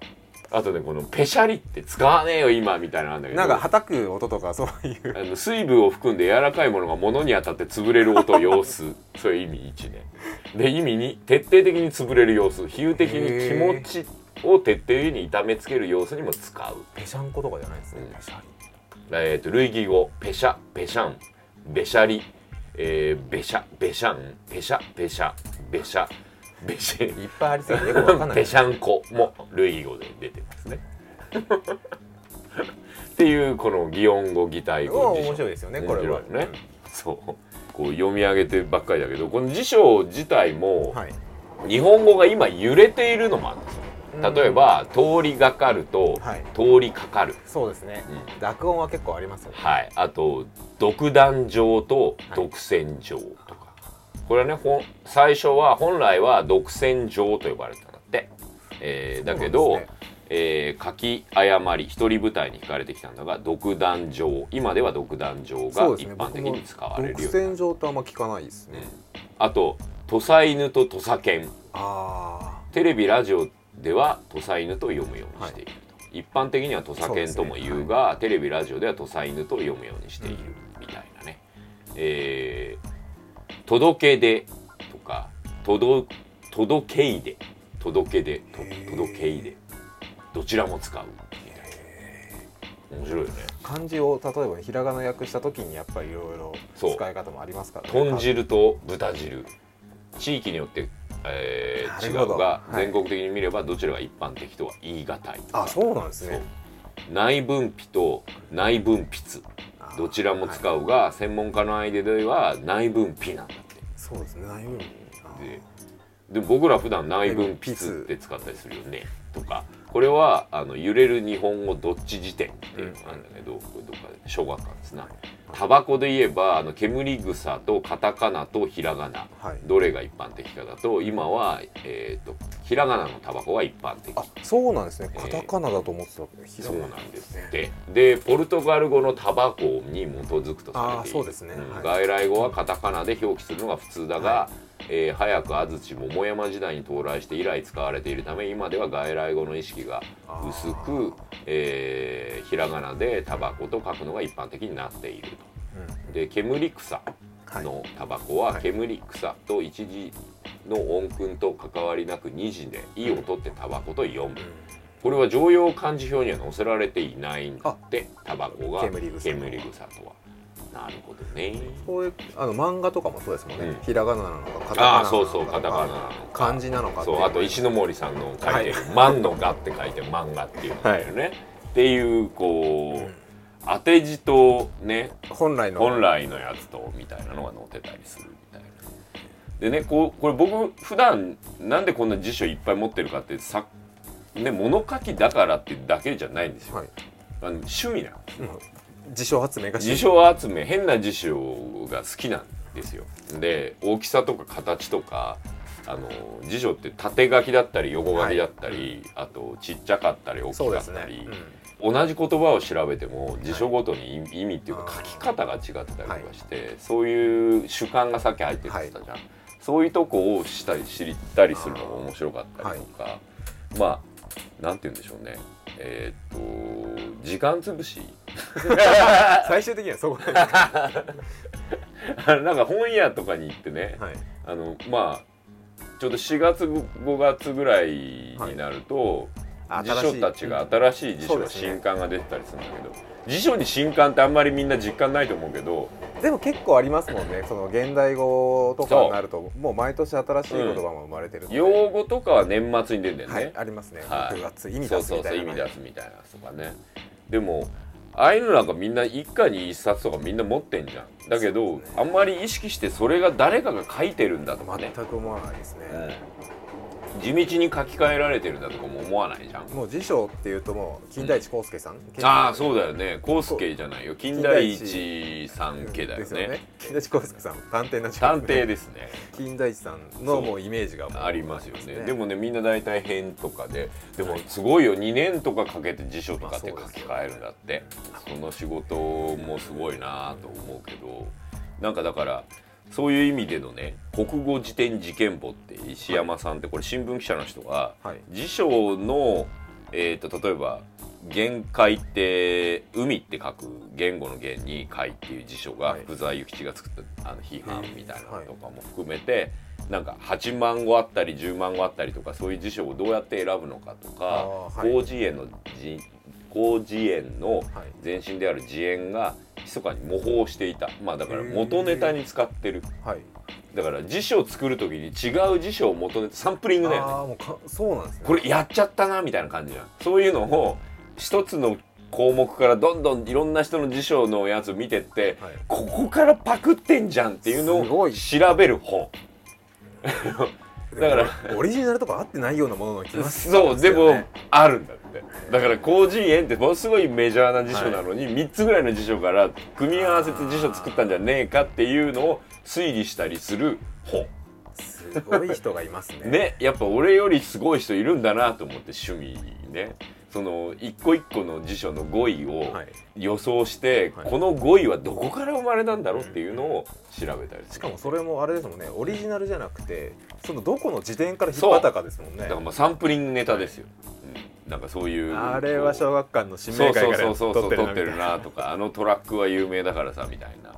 [SPEAKER 1] あとねこの「ペシャリ」って使わねえよ今みたいなのあんだけど
[SPEAKER 2] なんかはたく音とかそういう
[SPEAKER 1] あの水分を含んで柔らかいものが物に当たって潰れる音を様子そういう意味1ねで意味2徹底的に潰れる様子比喩的に気持ちを徹底的に痛めつける様子にも使う
[SPEAKER 2] ペシャンコとかじゃないですね、
[SPEAKER 1] うん
[SPEAKER 2] ペシャリ
[SPEAKER 1] えー、と類義語ペシャペシャンベシャリ、えー、ベシャベシャンペシャペシャベシャベシャ
[SPEAKER 2] いっぱいありすぎてよくわかんない
[SPEAKER 1] ペシャンコも類義語で出てますね。 っていうこの擬音語擬態語
[SPEAKER 2] 面白いですよねこれ
[SPEAKER 1] 面白
[SPEAKER 2] は
[SPEAKER 1] いよねそうこう読み上げてばっかりだけどこの辞書自体も
[SPEAKER 2] はい
[SPEAKER 1] 日本語が今揺れているのもあるんですよ。
[SPEAKER 2] うん
[SPEAKER 1] 例えば通りがかると
[SPEAKER 2] はい
[SPEAKER 1] 通りかかる。
[SPEAKER 2] そうですね、
[SPEAKER 1] うん
[SPEAKER 2] 濁音は結構ありますよね
[SPEAKER 1] はい、あと独壇場と独占場とか、これはねほん最初は本来は独占場と呼ばれてたんだって、えーだけ
[SPEAKER 2] そう
[SPEAKER 1] ど、
[SPEAKER 2] なんです
[SPEAKER 1] えー書き誤り一人舞台に引かれてきたのが独壇場今では独壇場が
[SPEAKER 2] そうです
[SPEAKER 1] 一
[SPEAKER 2] ね
[SPEAKER 1] 般的に使われるよう
[SPEAKER 2] 僕
[SPEAKER 1] にな
[SPEAKER 2] も独占
[SPEAKER 1] る
[SPEAKER 2] 状ってあんま聞かないですね、
[SPEAKER 1] あと土佐犬と土佐犬
[SPEAKER 2] あ
[SPEAKER 1] テレビラジオでは土佐犬と読むようにしていると、一般的には土佐犬とも言うがテレビラジオでは土佐犬と読むようにしているみたいなね、えー届け出とか届届けいで届け出と
[SPEAKER 2] へー
[SPEAKER 1] 届けいでどちらも使うみたいな面白いよね
[SPEAKER 2] あ漢字を例えばひらがな訳した時にやっぱりいろいろ
[SPEAKER 1] そう
[SPEAKER 2] 使い方もありますからね
[SPEAKER 1] 豚汁と豚汁地域によって、えー違
[SPEAKER 2] なるほど
[SPEAKER 1] うが
[SPEAKER 2] はい
[SPEAKER 1] 全国的に見ればどちらが一般的とは言い難い
[SPEAKER 2] あそうなんです
[SPEAKER 1] そう
[SPEAKER 2] ね
[SPEAKER 1] 内分泌と内分泌
[SPEAKER 2] あー
[SPEAKER 1] どちらも使
[SPEAKER 2] はいう
[SPEAKER 1] が専門家の間では内分泌なんだっ
[SPEAKER 2] そうですね内分泌あ
[SPEAKER 1] て
[SPEAKER 2] ー
[SPEAKER 1] でで僕ら普段内分泌って使ったりするよねとかこれはあの揺れる日本語どっち辞典っていうのがあるんだけど、これどっかで小学館ですなタバコで言えばあの煙草とカタカナとひらがな
[SPEAKER 2] はい
[SPEAKER 1] どれが一般的かだと今は、えー、とひらがなのタバコは一般的
[SPEAKER 2] あそうなんですね
[SPEAKER 1] えー
[SPEAKER 2] カタカナだと思ってたわけひど
[SPEAKER 1] そ
[SPEAKER 2] いう
[SPEAKER 1] なんですってでポルトガル語のタバコに基づくとされている
[SPEAKER 2] あーそうですね
[SPEAKER 1] ん
[SPEAKER 2] はい
[SPEAKER 1] 外来語はカタカナで表記するのが普通だが、えー早く安土桃山時代に到来して以来使われているため今では外来語の意識が薄
[SPEAKER 2] あ
[SPEAKER 1] く、えーひらがなでタバコと書くのが一般的になっていると。
[SPEAKER 2] うん
[SPEAKER 1] で煙草
[SPEAKER 2] はい
[SPEAKER 1] のタバコは
[SPEAKER 2] はい
[SPEAKER 1] 煙草と一時の音訓と関わりなく二時で「い」を取ってタバコと読む
[SPEAKER 2] うん。
[SPEAKER 1] これは常用漢字表には載せられていないんだってタバコが
[SPEAKER 2] 煙草の
[SPEAKER 1] 煙草とはなるほどね
[SPEAKER 2] こういうあの漫画とかもそうですもんね、
[SPEAKER 1] うん
[SPEAKER 2] ひらがななのかカタカナ
[SPEAKER 1] あ
[SPEAKER 2] なの
[SPEAKER 1] あ
[SPEAKER 2] か
[SPEAKER 1] そうそうカタカナなのか
[SPEAKER 2] 漢字なのかってい
[SPEAKER 1] そうあと石ノ森さんの書いてる「万の画」って書いてる漫画っていうのがあるよね、っていうこう、
[SPEAKER 2] うん
[SPEAKER 1] 当て字とね
[SPEAKER 2] 本来の
[SPEAKER 1] 本来のやつとみたいなのが載ってたりするみたいな。でねこうこれ僕普段なんでこんな辞書いっぱい持ってるかってさ、ね、物書きだからってだけじゃないんですよ、
[SPEAKER 2] はい
[SPEAKER 1] あの趣味なんです
[SPEAKER 2] うん辞書発明が
[SPEAKER 1] 辞
[SPEAKER 2] し
[SPEAKER 1] 書集め変な辞書が好きなんですよで大きさとか形とかあの辞書って縦書きだったり横書きだったり、あとちっちゃかったり大き
[SPEAKER 2] そう
[SPEAKER 1] か
[SPEAKER 2] で
[SPEAKER 1] っ
[SPEAKER 2] す
[SPEAKER 1] た
[SPEAKER 2] ね、
[SPEAKER 1] り、
[SPEAKER 2] うん
[SPEAKER 1] 同じ言葉を調べても辞書ごとに意意味っていう
[SPEAKER 2] あ
[SPEAKER 1] か
[SPEAKER 2] ー
[SPEAKER 1] 書き方が違ってたりとかして、そういう主観がさっき入ってたじゃん、そういうとこをしたり知ったりするのも面白かったりとか、まあなんて言うんでしょうねえーっと時間潰 し
[SPEAKER 2] 最終的にはそこで、
[SPEAKER 1] なんか本屋とかに行ってね、
[SPEAKER 2] はい、
[SPEAKER 1] あのまあちょうど4月5月ぐらいになると、辞書たちが新しい辞書
[SPEAKER 2] そう
[SPEAKER 1] の
[SPEAKER 2] ですね
[SPEAKER 1] 新刊が出てたりするんだけど、辞書に新刊ってあんまりみんな実感ないと思うけど
[SPEAKER 2] でも結構ありますもんねその現代語とかになるともう毎年新しい言葉も生まれてるので、
[SPEAKER 1] 用語とかは年末に出てるんだ
[SPEAKER 2] は
[SPEAKER 1] よね
[SPEAKER 2] い、ありますね、
[SPEAKER 1] はい
[SPEAKER 2] 6月意味
[SPEAKER 1] そ
[SPEAKER 2] 出
[SPEAKER 1] う
[SPEAKER 2] す
[SPEAKER 1] そう
[SPEAKER 2] みた
[SPEAKER 1] そう
[SPEAKER 2] い
[SPEAKER 1] 意
[SPEAKER 2] な
[SPEAKER 1] 味出すみたいなやつとかねでもああいうのなんかみんな一家に一冊とかみんな持ってんじゃんだけど、
[SPEAKER 2] そうですね
[SPEAKER 1] あんまり意識してそれが誰かが書いてるんだとかね、
[SPEAKER 2] 全く思わないですね、
[SPEAKER 1] うん地道に書き換えられてるんだとかも思わないじゃん
[SPEAKER 2] もう辞書っていうともう金田一耕介さん、
[SPEAKER 1] ああそうだよねコースケじゃないよ金田一さん家だよ
[SPEAKER 2] ですよね
[SPEAKER 1] ね
[SPEAKER 2] 金田一耕介さん探偵の時間
[SPEAKER 1] 探偵ですね
[SPEAKER 2] 金田一さんのもうイメージがもう
[SPEAKER 1] ありますよね
[SPEAKER 2] ね
[SPEAKER 1] でもねみんな大体編とかででもすごいよ2年とかかけて辞書とかって書
[SPEAKER 2] まあそうで
[SPEAKER 1] き
[SPEAKER 2] すよね
[SPEAKER 1] 換えるんだってその仕事もすごいなと思うけどなんかだからそういう意味でのね国語辞典事件簿って石山さんってこれ新聞記者の人が
[SPEAKER 2] はい
[SPEAKER 1] 辞書の、えー、と例えば「限界」って「海」って書く言語の言に「海」っていう辞書が
[SPEAKER 2] はい
[SPEAKER 1] 福沢諭吉が作ったあの批判みたいなの
[SPEAKER 2] はい
[SPEAKER 1] とかも含めてなんか8万語あったり10万語あったりとかそういう辞書をどうやって選ぶのかとか
[SPEAKER 2] あーはい
[SPEAKER 1] 広辞苑のじ広辞苑の
[SPEAKER 2] はい
[SPEAKER 1] 前身である辞苑が密かに模倣していたまあだから元ネタに使ってる
[SPEAKER 2] はい
[SPEAKER 1] だから辞書を作る時に違う辞書を元ネタサンプリングだよね
[SPEAKER 2] ああもうかそうなんですね
[SPEAKER 1] これやっちゃったなみたいな感じじゃんそういうのを一つの項目からどんどんいろんな人の辞書のやつ見てって、
[SPEAKER 2] はい
[SPEAKER 1] ここからパクってんじゃんっていうの
[SPEAKER 2] すご
[SPEAKER 1] を
[SPEAKER 2] い
[SPEAKER 1] 調べる本だから
[SPEAKER 2] でもオリジナルとか合ってないようなものの気がする
[SPEAKER 1] そ
[SPEAKER 2] ん
[SPEAKER 1] う
[SPEAKER 2] す
[SPEAKER 1] で
[SPEAKER 2] よね
[SPEAKER 1] もあるんだってだから広辞苑ってものすごいメジャーな辞書なのに、3つぐらいの辞書から組み合わせて辞書作ったんじゃねえかっていうのを推理したりする本
[SPEAKER 2] すごい人がいますね
[SPEAKER 1] ねやっぱ俺よりすごい人いるんだなと思って趣味ねその一個一個の辞書の語彙を
[SPEAKER 2] はい
[SPEAKER 1] 予想して、
[SPEAKER 2] はい
[SPEAKER 1] この語彙はどこから生まれたんだろうっていうのを調べたりする
[SPEAKER 2] しかもそれもあれですもんねオリジナルじゃなくてそのどこの辞典から引っ張ったかですもんね
[SPEAKER 1] だからまあサンプリングネタですよ、うん、なんかそういう
[SPEAKER 2] あれは小学館の指
[SPEAKER 1] そう
[SPEAKER 2] 名
[SPEAKER 1] そ
[SPEAKER 2] 会
[SPEAKER 1] う
[SPEAKER 2] か
[SPEAKER 1] そう
[SPEAKER 2] ら
[SPEAKER 1] そ
[SPEAKER 2] 撮
[SPEAKER 1] うそう撮って
[SPEAKER 2] ってるなみたい
[SPEAKER 1] る
[SPEAKER 2] な
[SPEAKER 1] なとかあのトラックは有名だからさみたいな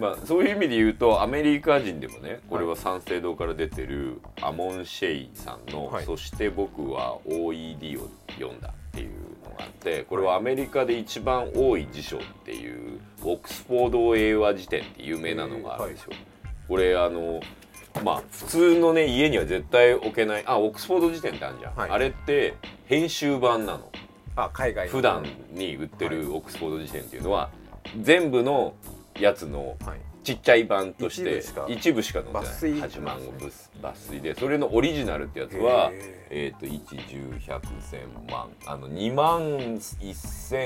[SPEAKER 1] まあそういう意味で言うとアメリカ人でもねこれは三省堂から出てるアモン・シェイさんの「
[SPEAKER 2] はい
[SPEAKER 1] そして僕は OED を読んだ」っていうのがあってこれはアメリカで一番多い辞書っていうオックスフォード英和辞典って有名なのがあるでしょ。これあのまあ普通のね家には絶対置けないあオックスフォード辞典ってあるじゃん、
[SPEAKER 2] はい
[SPEAKER 1] あれって編集版なの
[SPEAKER 2] あ海外の
[SPEAKER 1] 普段に売ってるオックスフォード辞典っていうのは全部のやつの
[SPEAKER 2] はい
[SPEAKER 1] ちっちゃい版として
[SPEAKER 2] 一部しか
[SPEAKER 1] 一部しか載ってない
[SPEAKER 2] 抜粋
[SPEAKER 1] 8万語ぶす抜粋でそれのオリジナルってやつは
[SPEAKER 2] へ
[SPEAKER 1] えっ、と1101000万あの2万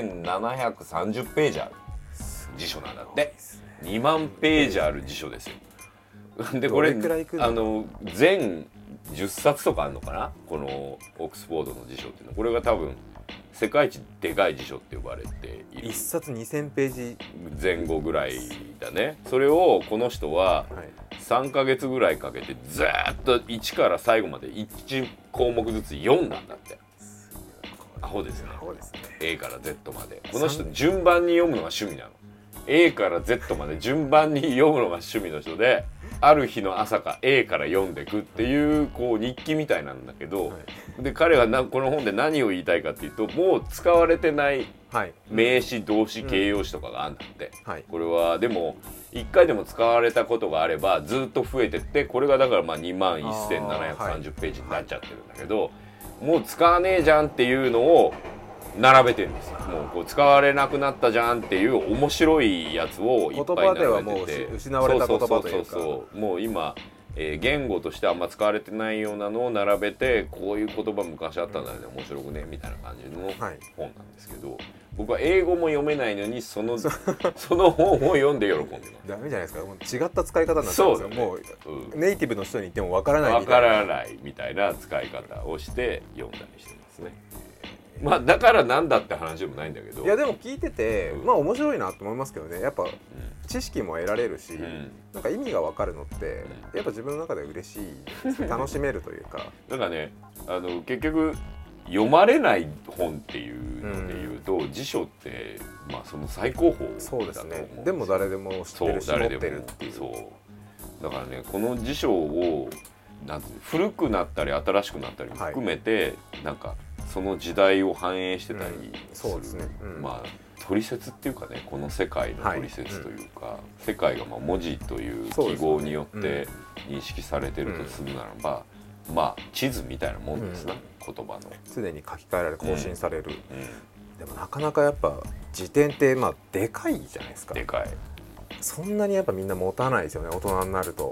[SPEAKER 1] 1730ページある辞書なんだって2万ページある辞書ですよ。でこれ
[SPEAKER 2] どれくらいいくの
[SPEAKER 1] あの全10冊とかあるのかなこのオックスフォードの辞書っていうのこれが多分世界一でかい辞書って呼ばれている
[SPEAKER 2] 一冊二千ページ
[SPEAKER 1] 前後ぐらいだねそれをこの人は
[SPEAKER 2] はい
[SPEAKER 1] 3ヶ月ぐらいかけてずーっと1から最後まで1項目ずつ読んだんだってアホですね
[SPEAKER 2] そうですね
[SPEAKER 1] A から Z までこの人順番に読むのが趣味なの A から Z まで順番に読むのが趣味の人である日の朝か A から読んでくっていうこう日記みたいなんだけど、
[SPEAKER 2] は
[SPEAKER 1] で彼はなこの本で何を言いたいかっていうともう使われてない
[SPEAKER 2] はい
[SPEAKER 1] 名詞動詞形容詞とかがあるんだって、
[SPEAKER 2] はい
[SPEAKER 1] これはでも1回でも使われたことがあればずっと増えてってこれがだからまあ2万1730ページになっちゃってるんだけど、もう使わねえじゃんっていうのを並べてるんですよもうこう使われなくなったじゃんっていう面白いやつをいっぱい並べてて
[SPEAKER 2] 言葉ではもう失われた言葉というか
[SPEAKER 1] そうそうそうそうもう今、えー言語としてあんま使われてないようなのを並べてこういう言葉昔あったんだよね面白くねみたいな感じの
[SPEAKER 2] はい
[SPEAKER 1] 本なんですけど僕は英語も読めないのにその その本を読んで喜んでます。
[SPEAKER 2] ダメじゃないですかもう違った使い方になって
[SPEAKER 1] そ
[SPEAKER 2] ま
[SPEAKER 1] う
[SPEAKER 2] す
[SPEAKER 1] だ
[SPEAKER 2] よ
[SPEAKER 1] ね
[SPEAKER 2] もう
[SPEAKER 1] うん
[SPEAKER 2] ネイティブの人に言ってもわからない
[SPEAKER 1] わ
[SPEAKER 2] みた
[SPEAKER 1] か
[SPEAKER 2] いな
[SPEAKER 1] らないみたいな使い方をして読んだりしてますね。まあだからなんだって話でもないんだけど。
[SPEAKER 2] いやでも聞いてて
[SPEAKER 1] うん
[SPEAKER 2] まあ面白いなと思いますけどねやっぱ
[SPEAKER 1] う
[SPEAKER 2] 知識も得られるし、
[SPEAKER 1] んうん
[SPEAKER 2] なんか意味がわかるのってやっぱ自分の中で嬉しいですね楽しめるというか
[SPEAKER 1] なんかねあの結局読まれない本っていうので言うと、辞書ってまあその最高峰だと思うんですよ
[SPEAKER 2] そうですねでも誰でも知っ
[SPEAKER 1] そ
[SPEAKER 2] て
[SPEAKER 1] う
[SPEAKER 2] るし持っ
[SPEAKER 1] 誰
[SPEAKER 2] て
[SPEAKER 1] でも
[SPEAKER 2] るっていう
[SPEAKER 1] そうだからねこの辞書をなんていうの古くなったり新しくなったりも含めて、なんかその時代を反映してたり
[SPEAKER 2] うん
[SPEAKER 1] する、
[SPEAKER 2] そうですねうん
[SPEAKER 1] まあ取説っていうかねこの世界の取説というか、世界がまあ文字という
[SPEAKER 2] そうで
[SPEAKER 1] 記
[SPEAKER 2] すよ
[SPEAKER 1] 号
[SPEAKER 2] ね
[SPEAKER 1] によって認識されてるとするならば、まあ地図みたいなもんですな、
[SPEAKER 2] うん
[SPEAKER 1] 言葉の。
[SPEAKER 2] 常に書き換えられ更新され
[SPEAKER 1] う
[SPEAKER 2] る、
[SPEAKER 1] ん
[SPEAKER 2] でもなかなかやっぱ辞典ってまあでかいじゃないですか
[SPEAKER 1] でかい
[SPEAKER 2] そんなにやっぱみんな持たないですよね大人になると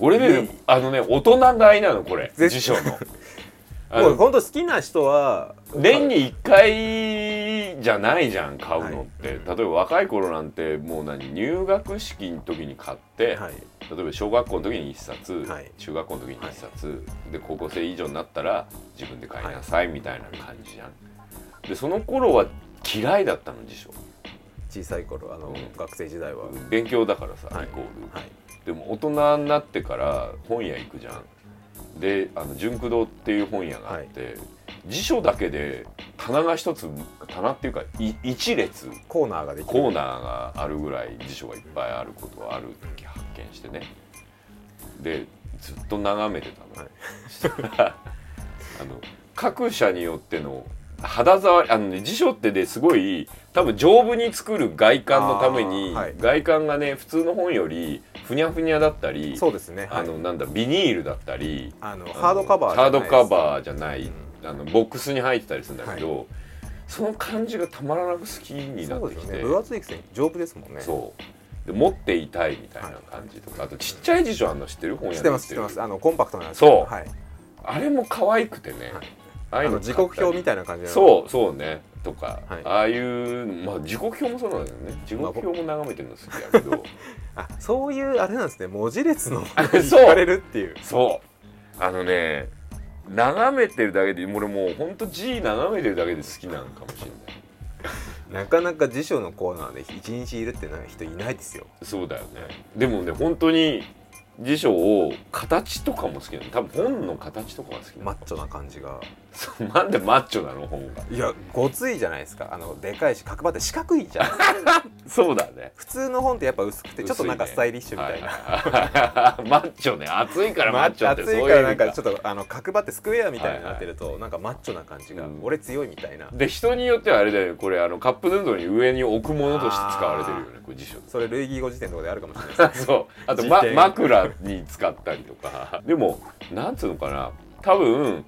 [SPEAKER 1] 俺ね
[SPEAKER 2] ね
[SPEAKER 1] あのね大人買いなのこれ
[SPEAKER 2] ぜ
[SPEAKER 1] 辞書 のあ
[SPEAKER 2] もう
[SPEAKER 1] の
[SPEAKER 2] 本当好きな人は
[SPEAKER 1] 年に1回じゃないじゃん買うのって、
[SPEAKER 2] は
[SPEAKER 1] 例
[SPEAKER 2] い
[SPEAKER 1] えば若い頃なんてもう何入学式の時に買って、
[SPEAKER 2] はい
[SPEAKER 1] 例えば小学校の時に1冊、
[SPEAKER 2] はい
[SPEAKER 1] 中学校の時に1冊、で高校生以上になったら自分で買いなさいみたいな感じじゃん。でその頃は嫌いだったの辞書
[SPEAKER 2] 小さい頃あの、
[SPEAKER 1] うん
[SPEAKER 2] 学生時代は、
[SPEAKER 1] 勉強だからさ、
[SPEAKER 2] はい
[SPEAKER 1] イコール
[SPEAKER 2] はい
[SPEAKER 1] でも大人になってから本屋行くじゃん。であの純駆堂っていう本屋があって、辞書だけで棚が一つ棚っていうかい一列
[SPEAKER 2] コーナーができる
[SPEAKER 1] コーナーがあるぐらい辞書がいっぱいあることをある時発見してねでずっと眺めてたの、
[SPEAKER 2] はい
[SPEAKER 1] そしたら あの各社によっての肌触りあの、ね、辞書ってですごい多分丈夫に作る外観のために、
[SPEAKER 2] あーはい
[SPEAKER 1] 外観がね普通の本よりふにゃふにゃだったり
[SPEAKER 2] そうですね
[SPEAKER 1] あ
[SPEAKER 2] はい
[SPEAKER 1] のなんだビニールだったり
[SPEAKER 2] あのハードカバーじゃ
[SPEAKER 1] ハ
[SPEAKER 2] な
[SPEAKER 1] ー
[SPEAKER 2] いで
[SPEAKER 1] ド
[SPEAKER 2] す
[SPEAKER 1] カバーじゃない、
[SPEAKER 2] うん
[SPEAKER 1] あのボックスに入ってたりするんだけど、その感じがたまらなく好きにな
[SPEAKER 2] そ
[SPEAKER 1] っ
[SPEAKER 2] う
[SPEAKER 1] て
[SPEAKER 2] で
[SPEAKER 1] き
[SPEAKER 2] す
[SPEAKER 1] て
[SPEAKER 2] ね分厚いくせに丈夫ですもんね
[SPEAKER 1] そうで持っていたいみたいな感じとか、あとちっちゃい辞書あんの知ってる本屋
[SPEAKER 2] 知
[SPEAKER 1] に
[SPEAKER 2] ってます知
[SPEAKER 1] 売
[SPEAKER 2] って
[SPEAKER 1] る
[SPEAKER 2] ますあのコンパクトなやつ
[SPEAKER 1] そう
[SPEAKER 2] はい
[SPEAKER 1] あれも可愛くてね、
[SPEAKER 2] はい
[SPEAKER 1] ああ
[SPEAKER 2] あ
[SPEAKER 1] いう
[SPEAKER 2] の
[SPEAKER 1] の
[SPEAKER 2] 時刻表みたいな感じなの
[SPEAKER 1] そうそうねとか、
[SPEAKER 2] はい
[SPEAKER 1] ああいうまあ時刻表もそうなんだよね時刻表も眺めてるの好きだけど
[SPEAKER 2] あそういうあれなんですね文字列の
[SPEAKER 1] あそう
[SPEAKER 2] 行かれるっていう
[SPEAKER 1] そうあのね眺めてるだけで俺もうほんと字眺めてるだけで好きなのかもしれない
[SPEAKER 2] なかなか辞書のコーナーで一日いるってない人いないですよ
[SPEAKER 1] そうだよねでもね本当に辞書を形とかも好きなの多分本の形とかが好きなの
[SPEAKER 2] マッチョな感じが
[SPEAKER 1] そうなんでマッチョなの本が
[SPEAKER 2] いやごついじゃないですかあのでかいし角張って四角いじ ゃん
[SPEAKER 1] そうだね
[SPEAKER 2] 普通の本ってやっぱ薄くてちょっとなんか
[SPEAKER 1] 薄いね
[SPEAKER 2] スタイリッシュみたいな、
[SPEAKER 1] なマッチョね暑いからマッチョってそう
[SPEAKER 2] 暑い
[SPEAKER 1] いう
[SPEAKER 2] からなん
[SPEAKER 1] 意味
[SPEAKER 2] かちょっとあの角張ってスクエアみたいになってると、なんかマッチョな感じ
[SPEAKER 1] う
[SPEAKER 2] が、
[SPEAKER 1] ん
[SPEAKER 2] 俺強いみたいな
[SPEAKER 1] で人によってはあれだよねこれあのカップヌードルに上に置くものとして使われてるよねこれ辞 書
[SPEAKER 2] それ類義語辞典とかであるかもしれないです
[SPEAKER 1] そうあと、ま
[SPEAKER 2] 辞、典
[SPEAKER 1] 枕に使ったりとかでもなんつうのかな多分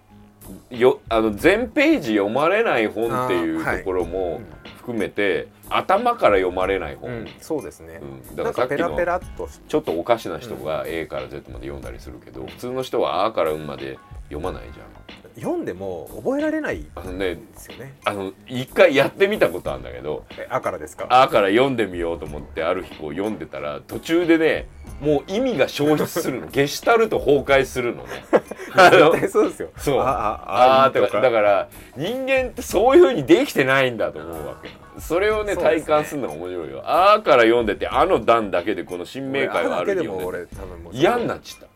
[SPEAKER 1] よあの全ページ読まれない本ってい
[SPEAKER 2] あ
[SPEAKER 1] う
[SPEAKER 2] ーはい
[SPEAKER 1] ところも含めて、頭から読まれない本、
[SPEAKER 2] うんそうですね
[SPEAKER 1] う、ん
[SPEAKER 2] な
[SPEAKER 1] だ
[SPEAKER 2] ん
[SPEAKER 1] かさ
[SPEAKER 2] からペ
[SPEAKER 1] っき
[SPEAKER 2] ラ
[SPEAKER 1] の
[SPEAKER 2] ペラっとし
[SPEAKER 1] ちょっとおかしな人が A から Z まで読んだりするけど、普通の人は「あ」から「うん」まで読まないじゃん。
[SPEAKER 2] 読んでも覚えられないん
[SPEAKER 1] あのね
[SPEAKER 2] ですよね
[SPEAKER 1] あの一回やってみたことあるんだけど
[SPEAKER 2] えあからです
[SPEAKER 1] 「
[SPEAKER 2] か
[SPEAKER 1] あ」から読んでみようと思ってある日こう読んでたら途中でねもう意味が消失する のゲシュタルト崩壊するのね。あの
[SPEAKER 2] 絶対そうですよ
[SPEAKER 1] そう
[SPEAKER 2] あああ
[SPEAKER 1] あー
[SPEAKER 2] と
[SPEAKER 1] と
[SPEAKER 2] か
[SPEAKER 1] かだから人間ってそういうふうにできてないんだと思うわけそれをね
[SPEAKER 2] そうですね
[SPEAKER 1] 体感するのが面白いよ「あ」から読んでて「あ」の段だけでこの新明解
[SPEAKER 2] 俺
[SPEAKER 1] は
[SPEAKER 2] あ
[SPEAKER 1] あ
[SPEAKER 2] だけ
[SPEAKER 1] る
[SPEAKER 2] で
[SPEAKER 1] 日
[SPEAKER 2] も
[SPEAKER 1] 読んで
[SPEAKER 2] 俺多分もう
[SPEAKER 1] 嫌になっちゃった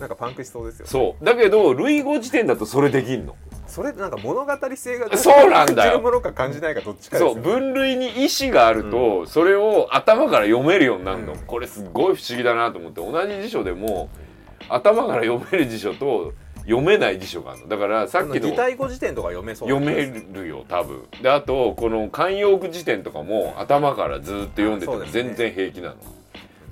[SPEAKER 2] なんかパンクしそうですよ
[SPEAKER 1] そうだけど類語辞典だとそれできんの
[SPEAKER 2] それなんか物語性が
[SPEAKER 1] そうなんだよ
[SPEAKER 2] 感じるものか感じないかどっちかです
[SPEAKER 1] そ
[SPEAKER 2] よ、
[SPEAKER 1] う
[SPEAKER 2] ね、
[SPEAKER 1] 分類に意思があると、それを頭から読めるようになるの、
[SPEAKER 2] うん
[SPEAKER 1] これすごい不思議だなと思って同じ辞書でも頭から読める辞書と読めない辞書があるのだからさっき
[SPEAKER 2] 擬
[SPEAKER 1] の
[SPEAKER 2] 態語辞典とか読めそうな
[SPEAKER 1] 読
[SPEAKER 2] 気がす
[SPEAKER 1] めるよ多分であとこの慣用句辞典とかも頭からずっと読んでて
[SPEAKER 2] あそう
[SPEAKER 1] も
[SPEAKER 2] ですね
[SPEAKER 1] 全然平気なの、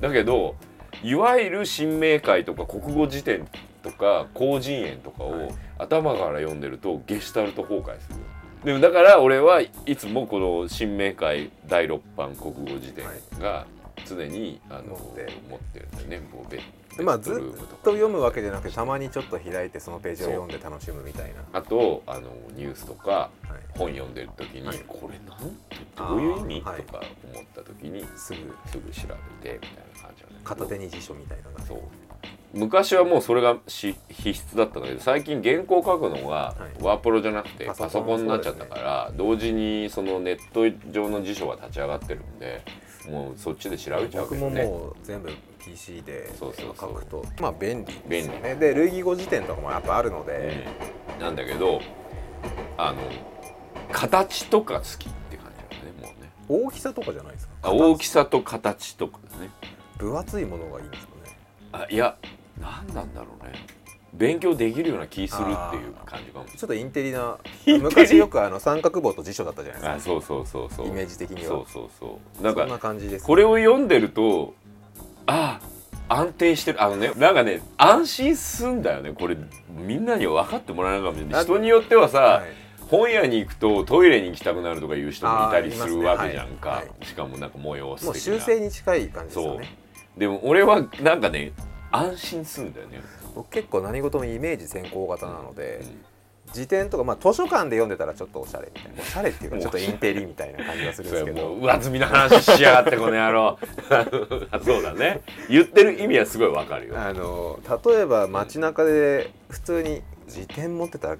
[SPEAKER 1] だけどいわゆる新明解とか国語辞典とか広辞苑とか
[SPEAKER 2] は
[SPEAKER 1] を
[SPEAKER 2] い
[SPEAKER 1] 頭から読んでるとゲシュタルト崩壊するでもだから俺はいつもこの新明解第6版国語辞典が常にあの
[SPEAKER 2] 持って
[SPEAKER 1] 持ってるんだよねこうベッ
[SPEAKER 2] でまあ
[SPEAKER 1] ベ
[SPEAKER 2] ず
[SPEAKER 1] ッド
[SPEAKER 2] っ
[SPEAKER 1] ルームとか
[SPEAKER 2] と読むわけじゃなくてたまにちょっと開いてそのページを読んで楽しむみたいな、
[SPEAKER 1] あとあのニュースとか
[SPEAKER 2] はい、
[SPEAKER 1] 本読んでる時に、
[SPEAKER 2] はい
[SPEAKER 1] これなんてどういう意味、
[SPEAKER 2] あーはい
[SPEAKER 1] とか思った時に
[SPEAKER 2] すぐ
[SPEAKER 1] すぐ調べてみたいな感じなんだけど
[SPEAKER 2] 片手に辞書みたいなのが
[SPEAKER 1] そう昔はもうそれがし必須だったんだけど最近原稿書くのが
[SPEAKER 2] はい
[SPEAKER 1] ワープロじゃなくて
[SPEAKER 2] パソコン
[SPEAKER 1] パソコンになっちゃったから、同時にそのネット上の辞書が立ち上がってるんでもうそっちで調べちゃう
[SPEAKER 2] 僕
[SPEAKER 1] けど
[SPEAKER 2] も
[SPEAKER 1] ね。
[SPEAKER 2] もう全部 PC で
[SPEAKER 1] そうそうそ
[SPEAKER 2] 書
[SPEAKER 1] う
[SPEAKER 2] くとまあ便利ですよ
[SPEAKER 1] 便
[SPEAKER 2] ねで類義語辞典とかもやっぱあるので、
[SPEAKER 1] うんなんだけどあの形とか好きって感じだねもうね
[SPEAKER 2] 大きさとかじゃないですか
[SPEAKER 1] あ大きさと形とかね
[SPEAKER 2] 分厚いものがいいんですかね
[SPEAKER 1] あいや何なんだろうね勉強できるような気するっていう感じかも
[SPEAKER 2] ちょっとインテリな
[SPEAKER 1] インテリ
[SPEAKER 2] 昔よくあの三角棒と辞書だったじゃない
[SPEAKER 1] あ
[SPEAKER 2] です
[SPEAKER 1] そうそうそうそ
[SPEAKER 2] か
[SPEAKER 1] う
[SPEAKER 2] イメージ的には
[SPEAKER 1] そうそうそうなん
[SPEAKER 2] そんな
[SPEAKER 1] か
[SPEAKER 2] 感じです
[SPEAKER 1] これを読んでるとああ安定してるあのねなんかね安心すんだよねこれみんなには分かってもらえないかもしれな
[SPEAKER 2] だ
[SPEAKER 1] い
[SPEAKER 2] って
[SPEAKER 1] 人によってはさ、
[SPEAKER 2] はい
[SPEAKER 1] 本屋に行くとトイレに行きたくなるとかいう人もいたり
[SPEAKER 2] あー
[SPEAKER 1] する
[SPEAKER 2] いますね
[SPEAKER 1] わけじゃんか、
[SPEAKER 2] はいは
[SPEAKER 1] しかもなんか催す
[SPEAKER 2] もう
[SPEAKER 1] 的な
[SPEAKER 2] 修正に近い感じですよね
[SPEAKER 1] でも俺はなんかね安心すんだよね、
[SPEAKER 2] 僕結構何事もイメージ先行型なので、
[SPEAKER 1] うん
[SPEAKER 2] 辞典とか、まあ、図書館で読んでたらちょっとおしゃれみ たいなおしゃれっていうかちょっとインテリみたいな感じがするん
[SPEAKER 1] そ
[SPEAKER 2] で
[SPEAKER 1] れ
[SPEAKER 2] す
[SPEAKER 1] は
[SPEAKER 2] け
[SPEAKER 1] も
[SPEAKER 2] ど
[SPEAKER 1] う上積みの話しやがってこの野郎あ そうだね言ってる意味はすごいわかるよ
[SPEAKER 2] あの例えば街中で普通に辞典持ってたら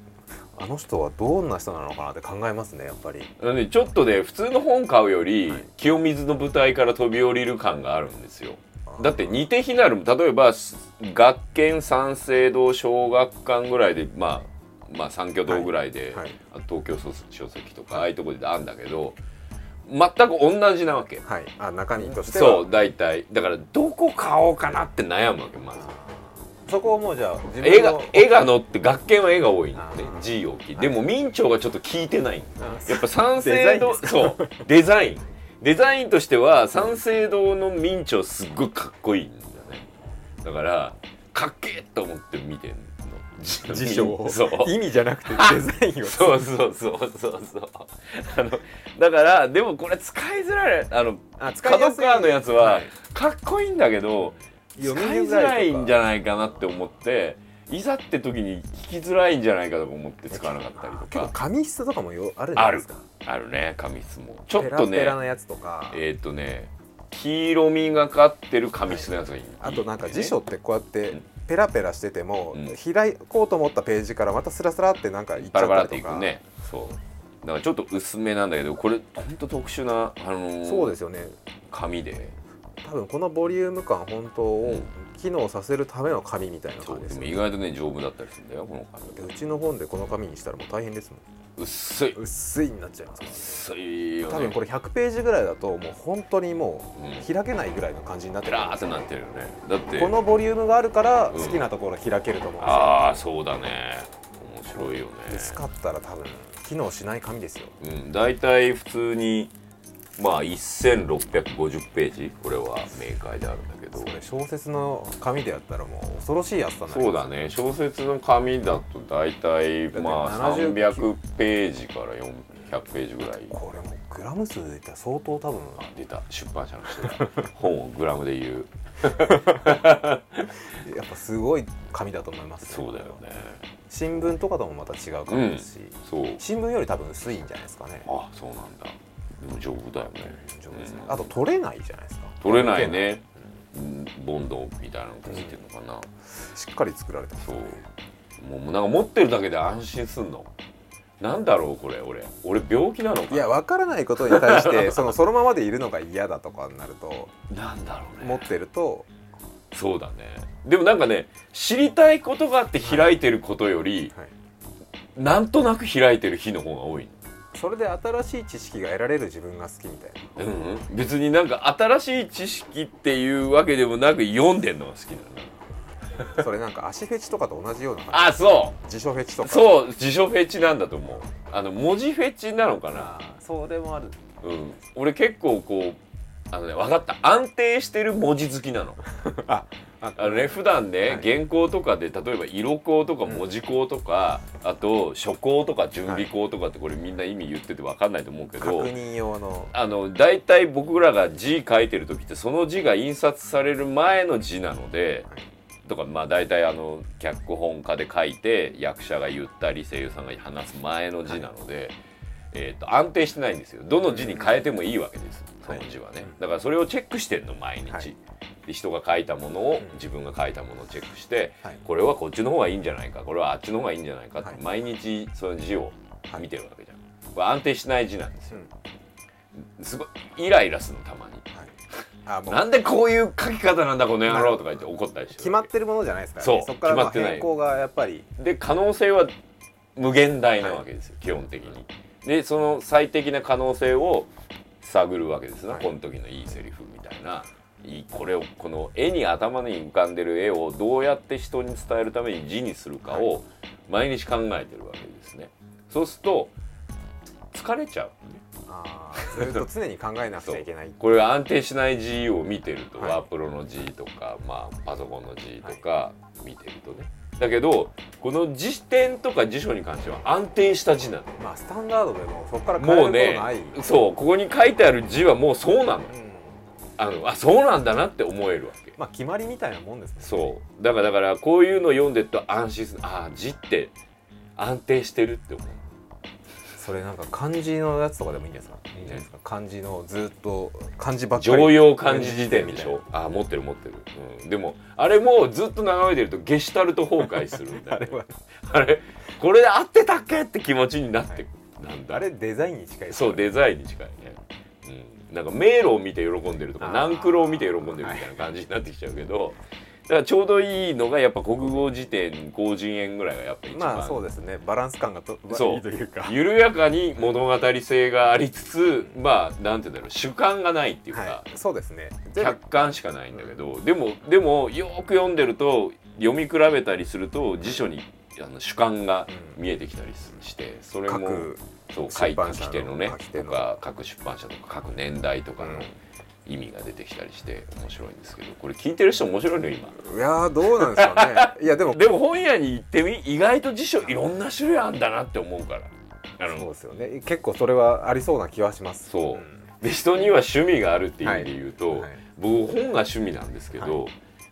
[SPEAKER 2] あの人はどんな人なのかなって考えますねやっぱり
[SPEAKER 1] なのでちょっとで普通の本買うより、
[SPEAKER 2] はい
[SPEAKER 1] 清水の舞台から飛び降りる感があるんですよ
[SPEAKER 2] あ
[SPEAKER 1] だって似て非なる例えば学研三省堂小学館ぐらいでまあまあ三挙堂ぐらいで、
[SPEAKER 2] はいはい
[SPEAKER 1] あ東京書籍とかああいうとこであんだけど全く同じなわけ
[SPEAKER 2] はいあ中身としては
[SPEAKER 1] そう大体だからどこ買おうかなって悩むわけまず
[SPEAKER 2] そこをもうじゃあ自
[SPEAKER 1] 絵
[SPEAKER 2] の
[SPEAKER 1] が絵が載って学研は絵が多いんだね
[SPEAKER 2] あー
[SPEAKER 1] 字大きいでも明朝がちょっと効いてない
[SPEAKER 2] あ
[SPEAKER 1] やっぱ三省堂そうデザインデザインとしては三省堂の明朝すっごいかっこいいんだよねだからかっけえと思って見てんの
[SPEAKER 2] 辞書を
[SPEAKER 1] そう
[SPEAKER 2] 意味じゃなくてデザインを
[SPEAKER 1] そうそうそうそうそうあのだからでもこれ使いづらいあの
[SPEAKER 2] あ使い
[SPEAKER 1] 角
[SPEAKER 2] やすい
[SPEAKER 1] 川のやつは
[SPEAKER 2] はい
[SPEAKER 1] かっこいいんだけど使い
[SPEAKER 2] 読みづらいとか
[SPEAKER 1] づらいんじゃないかなって思っていざって時に聞きづらいんじゃないかとか思って使わなかったりと
[SPEAKER 2] 結構
[SPEAKER 1] か
[SPEAKER 2] 紙質とかもよあるじゃないですか
[SPEAKER 1] あるね紙質もちょっと
[SPEAKER 2] ペラペ
[SPEAKER 1] ね
[SPEAKER 2] ラなやつとか
[SPEAKER 1] えーっとね黄色みがかってる紙質のやつがいい
[SPEAKER 2] あとなんか辞書
[SPEAKER 1] いい
[SPEAKER 2] っ
[SPEAKER 1] ね
[SPEAKER 2] てこうやって
[SPEAKER 1] ん
[SPEAKER 2] ペラペラしてても
[SPEAKER 1] う
[SPEAKER 2] 開こうと思ったページからまたスラスラってなんかいっち
[SPEAKER 1] バ
[SPEAKER 2] ゃ
[SPEAKER 1] ラバラ
[SPEAKER 2] っ
[SPEAKER 1] ったて
[SPEAKER 2] り
[SPEAKER 1] い
[SPEAKER 2] と
[SPEAKER 1] く
[SPEAKER 2] か
[SPEAKER 1] ねそうだからちょっと薄めなんだけどこれほんと特殊なあのー
[SPEAKER 2] そうですよね
[SPEAKER 1] 紙で
[SPEAKER 2] 多分このボリューム感本当
[SPEAKER 1] う
[SPEAKER 2] を
[SPEAKER 1] ん
[SPEAKER 2] 機能させるための紙みたいな
[SPEAKER 1] そ
[SPEAKER 2] 感じ
[SPEAKER 1] う
[SPEAKER 2] で
[SPEAKER 1] ですも
[SPEAKER 2] よ
[SPEAKER 1] 意外
[SPEAKER 2] ね
[SPEAKER 1] とね丈夫だったりするんだよこの紙
[SPEAKER 2] うちの本でこの紙にしたらもう大変ですも
[SPEAKER 1] 薄い
[SPEAKER 2] ん薄いになっちゃいますか
[SPEAKER 1] 薄
[SPEAKER 2] ら
[SPEAKER 1] いよね
[SPEAKER 2] 多分これ100ページぐらいだともう本当にも
[SPEAKER 1] うん
[SPEAKER 2] う開けないぐらいの感じになって
[SPEAKER 1] ペ
[SPEAKER 2] る
[SPEAKER 1] ラーってなってるよねだって
[SPEAKER 2] このボリュームがあるから
[SPEAKER 1] うん
[SPEAKER 2] 好きなところ開けると思うん
[SPEAKER 1] ああそうだね面白いよね
[SPEAKER 2] ですよ、薄かったら多分機能しない紙ですよ
[SPEAKER 1] うん大体普通にまあ1650ページこれは明快であるんだけど
[SPEAKER 2] それ小説の紙でやったらもう恐ろしいやつだな
[SPEAKER 1] そうだね小説の紙だと大体
[SPEAKER 2] だって
[SPEAKER 1] まあ
[SPEAKER 2] 79
[SPEAKER 1] 300ページから400ページぐらい
[SPEAKER 2] これもうグラム数で言ったら相当多分
[SPEAKER 1] あ出た出版社の人 だ本をグラムで言う
[SPEAKER 2] やっぱすごい紙だと思います
[SPEAKER 1] そうだよね
[SPEAKER 2] 新聞とかともまた違う紙ですし、
[SPEAKER 1] そう
[SPEAKER 2] 新聞より多分薄いんじゃないですかね
[SPEAKER 1] あそうなんだでも丈夫だよね
[SPEAKER 2] 丈夫ですね
[SPEAKER 1] うん
[SPEAKER 2] あと取れないじゃないですか
[SPEAKER 1] 取れないねうんボンドみたいなのついてるのかな、
[SPEAKER 2] しっかり作られてます
[SPEAKER 1] そう
[SPEAKER 2] ね
[SPEAKER 1] もうなんか持ってるだけで安心すんのなんだろうこれ俺俺病気なのかない
[SPEAKER 2] や分からないことに対して そのそのままでいるのが嫌だとかになると
[SPEAKER 1] なんだろうね
[SPEAKER 2] 持ってると
[SPEAKER 1] そうだねでもなんかね知りたいことがあって開いてることより、
[SPEAKER 2] はい
[SPEAKER 1] なんとなく開いてる日の方が多い
[SPEAKER 2] それで新しい知識が得られる自分が好きみたいな
[SPEAKER 1] うん、うん、別になんか新しい知識っていうわけでもなく読んでんのが好きなの
[SPEAKER 2] それなんか足フェチとかと同じような感
[SPEAKER 1] あそ
[SPEAKER 2] じ辞書フェチと
[SPEAKER 1] う
[SPEAKER 2] かう
[SPEAKER 1] そう辞書フェチなんだと思うあの文字フェチなのかな
[SPEAKER 2] それもある
[SPEAKER 1] うん俺結構こうあのね分かった安定してる文字好きなの
[SPEAKER 2] ああ
[SPEAKER 1] あのね普段ね、
[SPEAKER 2] はい
[SPEAKER 1] 原稿とかで例えば色稿とか文字稿とか、あと書稿とか準備稿とかってこれみんな意味言ってて分かんないと思うけ
[SPEAKER 2] 確
[SPEAKER 1] ど、
[SPEAKER 2] 認用の
[SPEAKER 1] あの大体僕らが字書いてる時ってその字が印刷される前の字なので、
[SPEAKER 2] はい
[SPEAKER 1] とかまあ大体あの脚本家で書いて役者が言ったり声優さんが話す前の字なので、えー、と安定してないんですよどの字に変えてもいいわけです、
[SPEAKER 2] はい
[SPEAKER 1] その字はね、
[SPEAKER 2] うん
[SPEAKER 1] だからそれをチェックしてんの毎日、
[SPEAKER 2] はい
[SPEAKER 1] で人が書いたものを
[SPEAKER 2] ん
[SPEAKER 1] 自分が書いたものをチェックして、
[SPEAKER 2] はい
[SPEAKER 1] これはこっちの方がいいんじゃないかこれはあっちの方がいいんじゃないかって、
[SPEAKER 2] はい
[SPEAKER 1] 毎日その字を見てるわけじゃん、これ安定しない字なんですよ
[SPEAKER 2] うん
[SPEAKER 1] すごいイライラするのたまに
[SPEAKER 2] はいあもう
[SPEAKER 1] なんでこういう書き方なんだこの野郎とか言って怒ったりして
[SPEAKER 2] 決まってるものじゃないですから、
[SPEAKER 1] そう
[SPEAKER 2] そこからまあ
[SPEAKER 1] 決まってない
[SPEAKER 2] 変更がやっぱり
[SPEAKER 1] で可能性は無限大なわけですよ、基本的にでその最適な可能性を探るわけですな、
[SPEAKER 2] はい
[SPEAKER 1] この時のいいセリフみたいないいこれをこの絵に頭に浮かんでる絵をどうやって人に伝えるために字にするかを毎日考えてるわけですねそうすると疲れちゃう
[SPEAKER 2] あーずっと常に考えなくちゃいけない
[SPEAKER 1] これが安定しない G を見てると、
[SPEAKER 2] はい
[SPEAKER 1] ワープロの G とか、まあ、パソコンの G とか見てるとね、だけどこの辞典とか辞書に関しては安定した字なの
[SPEAKER 2] まあスタンダードでもそこから変える
[SPEAKER 1] も
[SPEAKER 2] こ
[SPEAKER 1] う
[SPEAKER 2] と
[SPEAKER 1] ね
[SPEAKER 2] ない、
[SPEAKER 1] そうここに書いてある字はもうそうなの
[SPEAKER 2] うん
[SPEAKER 1] あのあそうなんだなって思えるわけ
[SPEAKER 2] まあ決まりみたいなもんですね
[SPEAKER 1] そうだからだからこういうの読んでると安心するああ字って安定してるって思う
[SPEAKER 2] それなんか漢字のやつとかでもいいんじゃないですかいいんじゃないですか漢字のずっと漢字ばっかり
[SPEAKER 1] 常用漢字辞典でしょあー持ってる持ってる、うん、でもあれもずっと眺めてるとゲシュタルト崩壊するんだよ
[SPEAKER 2] あ
[SPEAKER 1] ね
[SPEAKER 2] れは
[SPEAKER 1] あれこれで合ってたっけって気持ちになってくなんだ
[SPEAKER 2] あれデザインに近いです
[SPEAKER 1] そうデザインに近いね、うん、なんか迷路を見て喜んでるとか
[SPEAKER 2] あー
[SPEAKER 1] 難黒を見て喜んでるみたいな感じになってきちゃうけど、だからちょうどいいのがやっぱ国語辞典広辞苑ぐらいがやっぱ一番、
[SPEAKER 2] まあそうですねバランス感がと
[SPEAKER 1] そう
[SPEAKER 2] いいというか
[SPEAKER 1] 緩やかに物語性がありつつまあなんて言うんだろう主観がないっていうか、
[SPEAKER 2] はい、そうですね全部
[SPEAKER 1] 客観しかないんだけどでもでもよーく読んでると読み比べたりすると辞書にあの主観が見えてきたりしてそれも
[SPEAKER 2] 各
[SPEAKER 1] そう書
[SPEAKER 2] 出
[SPEAKER 1] い
[SPEAKER 2] 版
[SPEAKER 1] て
[SPEAKER 2] 社の
[SPEAKER 1] きてのね
[SPEAKER 2] 書き手
[SPEAKER 1] と
[SPEAKER 2] の
[SPEAKER 1] か各出版社とか各年代とか
[SPEAKER 2] う
[SPEAKER 1] の
[SPEAKER 2] ん
[SPEAKER 1] 意味が出てきたりして面白いんですけどこれ聞いてる人面白いの今。
[SPEAKER 2] いやーどうなんでしょうねいやでも
[SPEAKER 1] でも本屋に行ってみ意外と辞書いろんな種類あんだなって思うから。あ
[SPEAKER 2] そう
[SPEAKER 1] の
[SPEAKER 2] ですよね結構それはありそうな気はします
[SPEAKER 1] そうんで人には趣味があるっていう意味で言うと、
[SPEAKER 2] はい
[SPEAKER 1] 僕本が趣味なんですけど、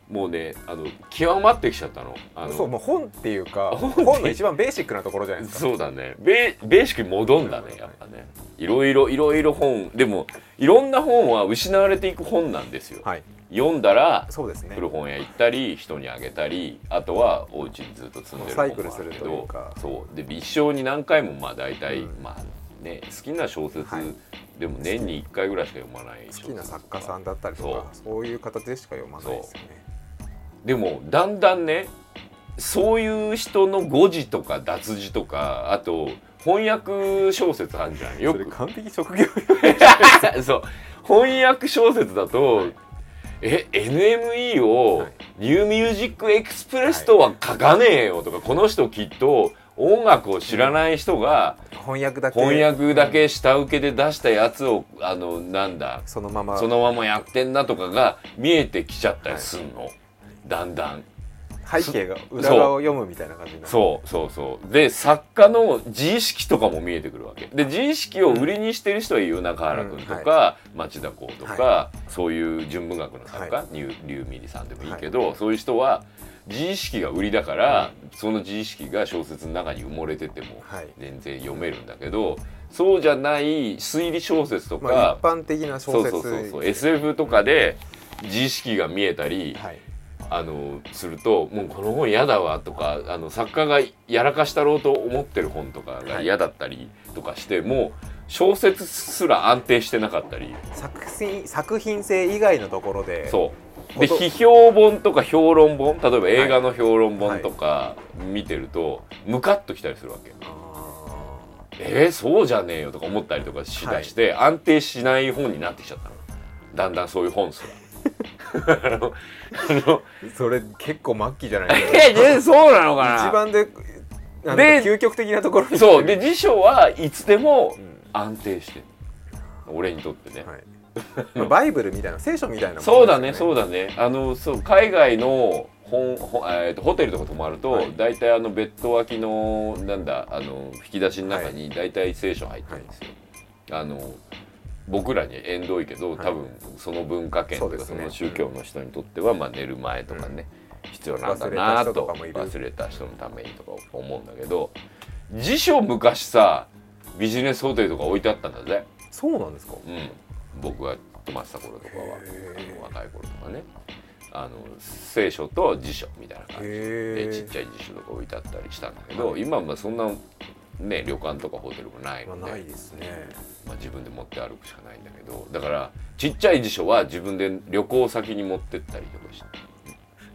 [SPEAKER 1] もうねあの極まってきちゃったのあの
[SPEAKER 2] そうもう本っていうか
[SPEAKER 1] 本って
[SPEAKER 2] 本の一番ベーシックなところじゃないですか
[SPEAKER 1] そうだねベーベーシックに戻んだねやっぱねいろいろいろいろ本でもいろんな本は失われていく本なんですよ、
[SPEAKER 2] はい
[SPEAKER 1] 読んだら
[SPEAKER 2] そうですね
[SPEAKER 1] 古本屋行ったり人にあげたりあとはお家にずっと積んでる本もあ
[SPEAKER 2] サイクル
[SPEAKER 1] る
[SPEAKER 2] す
[SPEAKER 1] け
[SPEAKER 2] るという
[SPEAKER 1] ど
[SPEAKER 2] か
[SPEAKER 1] そうで一生に何回もまあ大体、
[SPEAKER 2] うん
[SPEAKER 1] まあね好きな小説、
[SPEAKER 2] はい
[SPEAKER 1] でも年に1回ぐらいしか読まない
[SPEAKER 2] 好
[SPEAKER 1] 小説
[SPEAKER 2] きな作家さんだったりとかそういう形でしか読まないですよね
[SPEAKER 1] でもだんだんねそういう人の誤字とか脱字とかあと翻訳小説あるじゃんよ
[SPEAKER 2] それ
[SPEAKER 1] く
[SPEAKER 2] 完璧職業病
[SPEAKER 1] そう翻訳小説だと、え NME を
[SPEAKER 2] はい
[SPEAKER 1] 「ニューミュージックエクスプレス」とは書かねえよとか、この人きっと音楽を知らない人が
[SPEAKER 2] 翻訳だけ
[SPEAKER 1] 翻訳だけ下請けで出したやつをあのなんだ
[SPEAKER 2] そのまま
[SPEAKER 1] そのままやってんなとかが見えてきちゃったり
[SPEAKER 2] はい
[SPEAKER 1] すんの、だんだん。
[SPEAKER 2] 背景が裏側を読むみたいな感じになる
[SPEAKER 1] そうそうそうで作家の自意識とかも見えてくるわけで自意識を売りにしてる人は言う中原君と
[SPEAKER 2] うん
[SPEAKER 1] か、町田光とか、
[SPEAKER 2] は
[SPEAKER 1] そういう純文学の作
[SPEAKER 2] は
[SPEAKER 1] 家竜竜ミリさんでもいいけど、そういう人は自意識が売りだから、その自意識が小説の中に埋もれてても
[SPEAKER 2] はい
[SPEAKER 1] 全然読めるんだけどそうじゃない推理小説とか、
[SPEAKER 2] まあ一般的な
[SPEAKER 1] そ
[SPEAKER 2] 小
[SPEAKER 1] う
[SPEAKER 2] 説
[SPEAKER 1] そうそうそう SF とかで自意識が見えたり、
[SPEAKER 2] はい
[SPEAKER 1] あのするともうこの本嫌だわとかあの作家がやらかしたろうと思ってる本とかが嫌だったりとかして、もう小説すら安定してなかったり
[SPEAKER 2] 作品作品性以外のところで
[SPEAKER 1] そうで
[SPEAKER 2] こと
[SPEAKER 1] 批評本とか評論本例えば映画の評論本とか見てるとムカッときたりするわけ。
[SPEAKER 2] あ
[SPEAKER 1] えー、そうじゃねえよとか思ったりとかしだして、安定しない本になってきちゃったのだんだんそういう本すら。 あのあの
[SPEAKER 2] ーそれ結構末期じゃないですか
[SPEAKER 1] えーそうなのかな
[SPEAKER 2] 一番でなんか
[SPEAKER 1] で
[SPEAKER 2] 究極的なところ に
[SPEAKER 1] そうで辞書はいつでも
[SPEAKER 2] うん
[SPEAKER 1] 安定してる俺にとってね、
[SPEAKER 2] はいまあバイブルみたいな聖書みたいなもんですよ
[SPEAKER 1] そうだねそうだねあのそう海外の本本、えーとホテルとか泊まると、
[SPEAKER 2] はい
[SPEAKER 1] 大体あのベッド脇のなんだあの引き出しの中に大体聖書入ってるんですよ、あの僕らに縁遠いけど、
[SPEAKER 2] はい
[SPEAKER 1] 多分その文化圏と
[SPEAKER 2] そう
[SPEAKER 1] か
[SPEAKER 2] です
[SPEAKER 1] そ
[SPEAKER 2] ね
[SPEAKER 1] の宗教の人にとっては、まあ、寝る前とかね、必要なんだ
[SPEAKER 2] 忘れた
[SPEAKER 1] な
[SPEAKER 2] 人と
[SPEAKER 1] と
[SPEAKER 2] かもいる
[SPEAKER 1] 忘れた人のためにとか思うんだけど辞書昔さビジネスホテルとか置いてあったんだぜ、
[SPEAKER 2] そうなんですか
[SPEAKER 1] うん、僕が泊まってた頃とかは
[SPEAKER 2] へー
[SPEAKER 1] 若い頃とかねあの聖書と辞書みたいな感じで
[SPEAKER 2] へ
[SPEAKER 1] ちっちゃい辞書とか置いてあったりしたんだけど今はまあそんな、ね、旅館とかホテルもないので、
[SPEAKER 2] ないですね
[SPEAKER 1] まあ、自分で持って歩くしかないんだけどだからちっちゃい辞書は自分で旅行先に持ってったりとかして。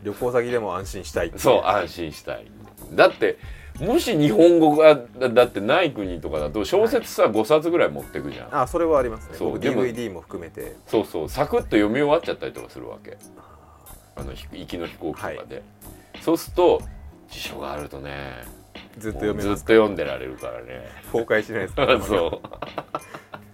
[SPEAKER 2] 旅行先でも安心したいってい
[SPEAKER 1] そう安心したいだってもし日本語がだだってない国とかだと小説さ5冊ぐらい持ってくじゃん、
[SPEAKER 2] あそれはありますね
[SPEAKER 1] そう
[SPEAKER 2] 僕
[SPEAKER 1] でも
[SPEAKER 2] DVD も含めて
[SPEAKER 1] そうそうサクッと読み終わっちゃったりとかするわけあのひ行きの飛行機とかで、そうすると辞書があるとね
[SPEAKER 2] ずっと
[SPEAKER 1] も
[SPEAKER 2] 読
[SPEAKER 1] う
[SPEAKER 2] め
[SPEAKER 1] ずっ
[SPEAKER 2] ま
[SPEAKER 1] と
[SPEAKER 2] す
[SPEAKER 1] 読んでられるからね
[SPEAKER 2] 公開しないです
[SPEAKER 1] そう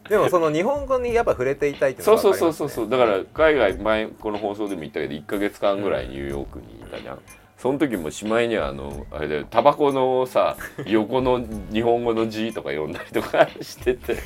[SPEAKER 2] でもその日本語にやっぱ触れていたいっていう
[SPEAKER 1] そ
[SPEAKER 2] の
[SPEAKER 1] う
[SPEAKER 2] が
[SPEAKER 1] そう
[SPEAKER 2] 分かり
[SPEAKER 1] そう
[SPEAKER 2] ます
[SPEAKER 1] そう
[SPEAKER 2] ね
[SPEAKER 1] そうだから海外前この放送でも言ったけど1か月間ぐらいニューヨークにいたじゃんその時もしまいにはあのあれだよタバコの さ横の日本語の字とか読んだりとかして て